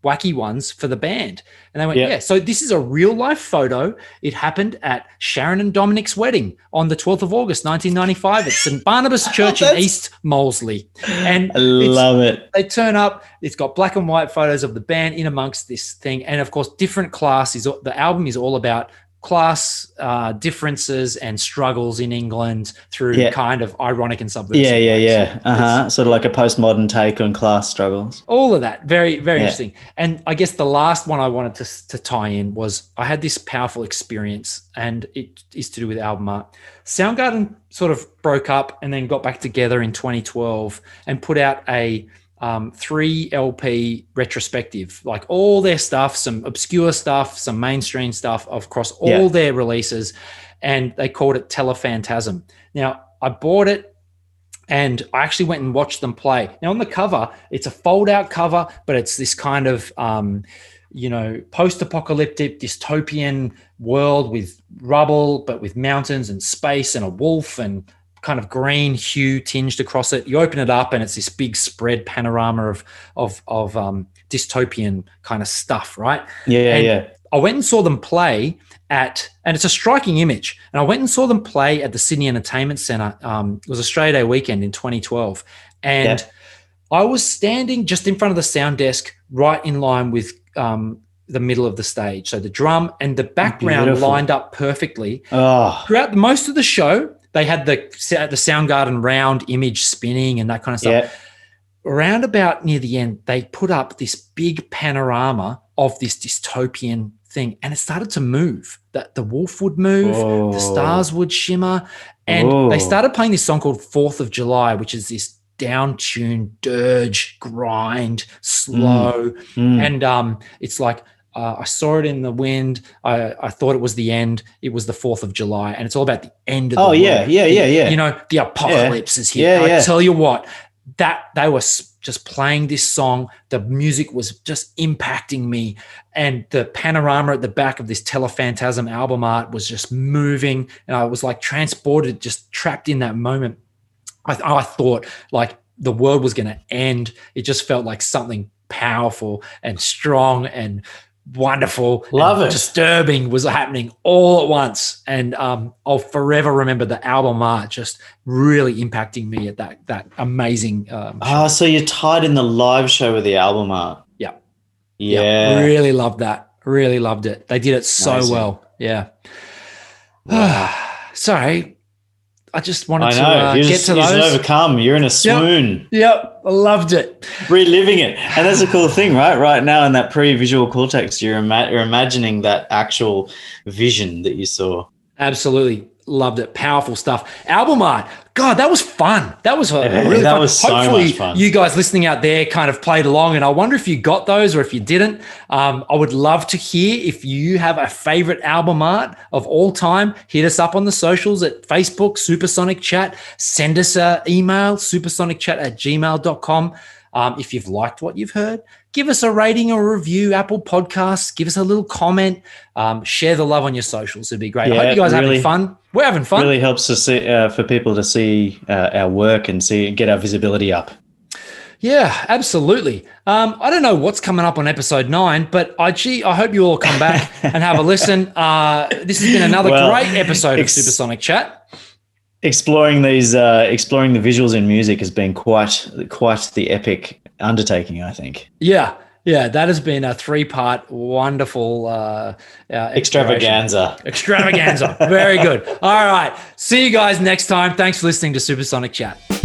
[SPEAKER 2] wacky ones for the band. And they went,
[SPEAKER 3] Yeah.
[SPEAKER 2] Yeah. So this is a real life photo. It happened at Sharon and Dominic's wedding on the 12th of August, 1995, at St. Barnabas Church in
[SPEAKER 3] That's-
[SPEAKER 2] East Molesley. And
[SPEAKER 3] I love it.
[SPEAKER 2] they turn up. It's got black and white photos of the band in amongst this thing, and of course, different class is The album is all about class uh, differences and struggles in England through
[SPEAKER 3] Yeah.
[SPEAKER 2] kind of ironic and subversive.
[SPEAKER 3] Yeah, yeah,
[SPEAKER 2] ways.
[SPEAKER 3] yeah. Uh huh. Sort of like a postmodern take on class struggles.
[SPEAKER 2] All of that, very, very
[SPEAKER 3] Yeah.
[SPEAKER 2] interesting. And I guess the last one I wanted to, to tie in was I had this powerful experience, and it is to do with album art. Soundgarden sort of broke up and then got back together in 2012 and put out a um, three LP retrospective, like all their stuff, some obscure stuff, some mainstream stuff across all
[SPEAKER 3] Yeah.
[SPEAKER 2] their releases, and they called it Telephantasm. Now, I bought it and I actually went and watched them play. Now, on the cover, it's a fold out cover, but it's this kind of, um, you know, post apocalyptic dystopian world with rubble, but with mountains and space and a wolf and kind of green hue tinged across it. You open it up and it's this big spread panorama of of of um, dystopian kind of stuff, right?
[SPEAKER 3] Yeah,
[SPEAKER 2] And-
[SPEAKER 3] yeah.
[SPEAKER 2] I went and saw them play at, and it's a striking image. And I went and saw them play at the Sydney Entertainment Centre. Um, it was Australia Day weekend in 2012, and I was standing just in front of the sound desk, right in line with um, the middle of the stage. So the drum and the background
[SPEAKER 3] Beautiful.
[SPEAKER 2] lined up perfectly
[SPEAKER 3] Oh,
[SPEAKER 2] throughout the, most of the show. They had the the Soundgarden round image spinning and that kind of stuff
[SPEAKER 3] yeah.
[SPEAKER 2] around about near the end, they put up this big panorama of this dystopian thing and it started to move. That the wolf would move,
[SPEAKER 3] Oh.
[SPEAKER 2] the stars would shimmer. And
[SPEAKER 3] Whoa.
[SPEAKER 2] they started playing this song called Fourth of July, which is this down tune, dirge, grind, slow.
[SPEAKER 3] Mm.
[SPEAKER 2] And um, it's like, uh, I saw it in the wind. I, I thought it was the end. It was the 4th of July. And it's all about the end of the
[SPEAKER 3] oh
[SPEAKER 2] world
[SPEAKER 3] yeah, yeah, yeah, yeah.
[SPEAKER 2] you know the apocalypse is here
[SPEAKER 3] Yeah,
[SPEAKER 2] i
[SPEAKER 3] yeah.
[SPEAKER 2] tell you what that they were s- just playing this song the music was just impacting me and the panorama at the back of this telephantasm album art was just moving and i was like transported just trapped in that moment i, th- I thought like the world was going to end it just felt like something powerful and strong and wonderful and
[SPEAKER 3] Love it.
[SPEAKER 2] disturbing was happening all at once and um, i'll forever remember the album art just really impacting me at that that amazing um,
[SPEAKER 3] Ah, so you're tied in the live show with the album art.
[SPEAKER 2] Yeah.
[SPEAKER 3] Yeah.
[SPEAKER 2] really loved that really loved it they did it so
[SPEAKER 3] Amazing.
[SPEAKER 2] well yeah
[SPEAKER 3] Wow.
[SPEAKER 2] sorry i just wanted
[SPEAKER 3] I
[SPEAKER 2] to
[SPEAKER 3] know.
[SPEAKER 2] uh,
[SPEAKER 3] you're
[SPEAKER 2] get
[SPEAKER 3] just,
[SPEAKER 2] to
[SPEAKER 3] you're just
[SPEAKER 2] those
[SPEAKER 3] overcome. You're in a swoon,
[SPEAKER 2] yep i loved it
[SPEAKER 3] reliving it, and that's a cool thing, right? Right now, in that pre-visual cortex, you're, ima- you're imagining that actual vision that you saw.
[SPEAKER 2] absolutely loved it. Powerful stuff. Album art. God, that was fun. That was a,
[SPEAKER 3] Yeah,
[SPEAKER 2] really
[SPEAKER 3] that
[SPEAKER 2] fun.
[SPEAKER 3] was so much
[SPEAKER 2] Hopefully,
[SPEAKER 3] fun.
[SPEAKER 2] you guys listening out there kind of played along, and I wonder if you got those or if you didn't. Um, I would love to hear if you have a favorite album art of all time. Hit us up on the socials at Facebook, Supersonic Chat. Send us an email, supersonicchat at gmail.com. Um, if you've liked what you've heard, give us a rating or review, Apple Podcasts. Give us a little comment. Um, share the love on your socials. It'd be great. I
[SPEAKER 3] Yeah,
[SPEAKER 2] hope you guys are having
[SPEAKER 3] really-
[SPEAKER 2] fun. We're having fun.
[SPEAKER 3] Really helps to see uh, for people to see uh, our work and see get our visibility up.
[SPEAKER 2] Yeah, absolutely. Um, I don't know what's coming up on episode nine, but I gee, I hope you all come back and have a listen. Uh, this has been another
[SPEAKER 3] Well,
[SPEAKER 2] great episode
[SPEAKER 3] ex-
[SPEAKER 2] of Supersonic Chat.
[SPEAKER 3] Exploring these, uh, exploring the visuals in music has been quite quite the epic undertaking. I think
[SPEAKER 2] Yeah, yeah, that has been a three-part wonderful uh, uh, exploration.
[SPEAKER 3] extravaganza.
[SPEAKER 2] extravaganza. Very good. All right, see you guys next time. Thanks for listening to Supersonic Chat.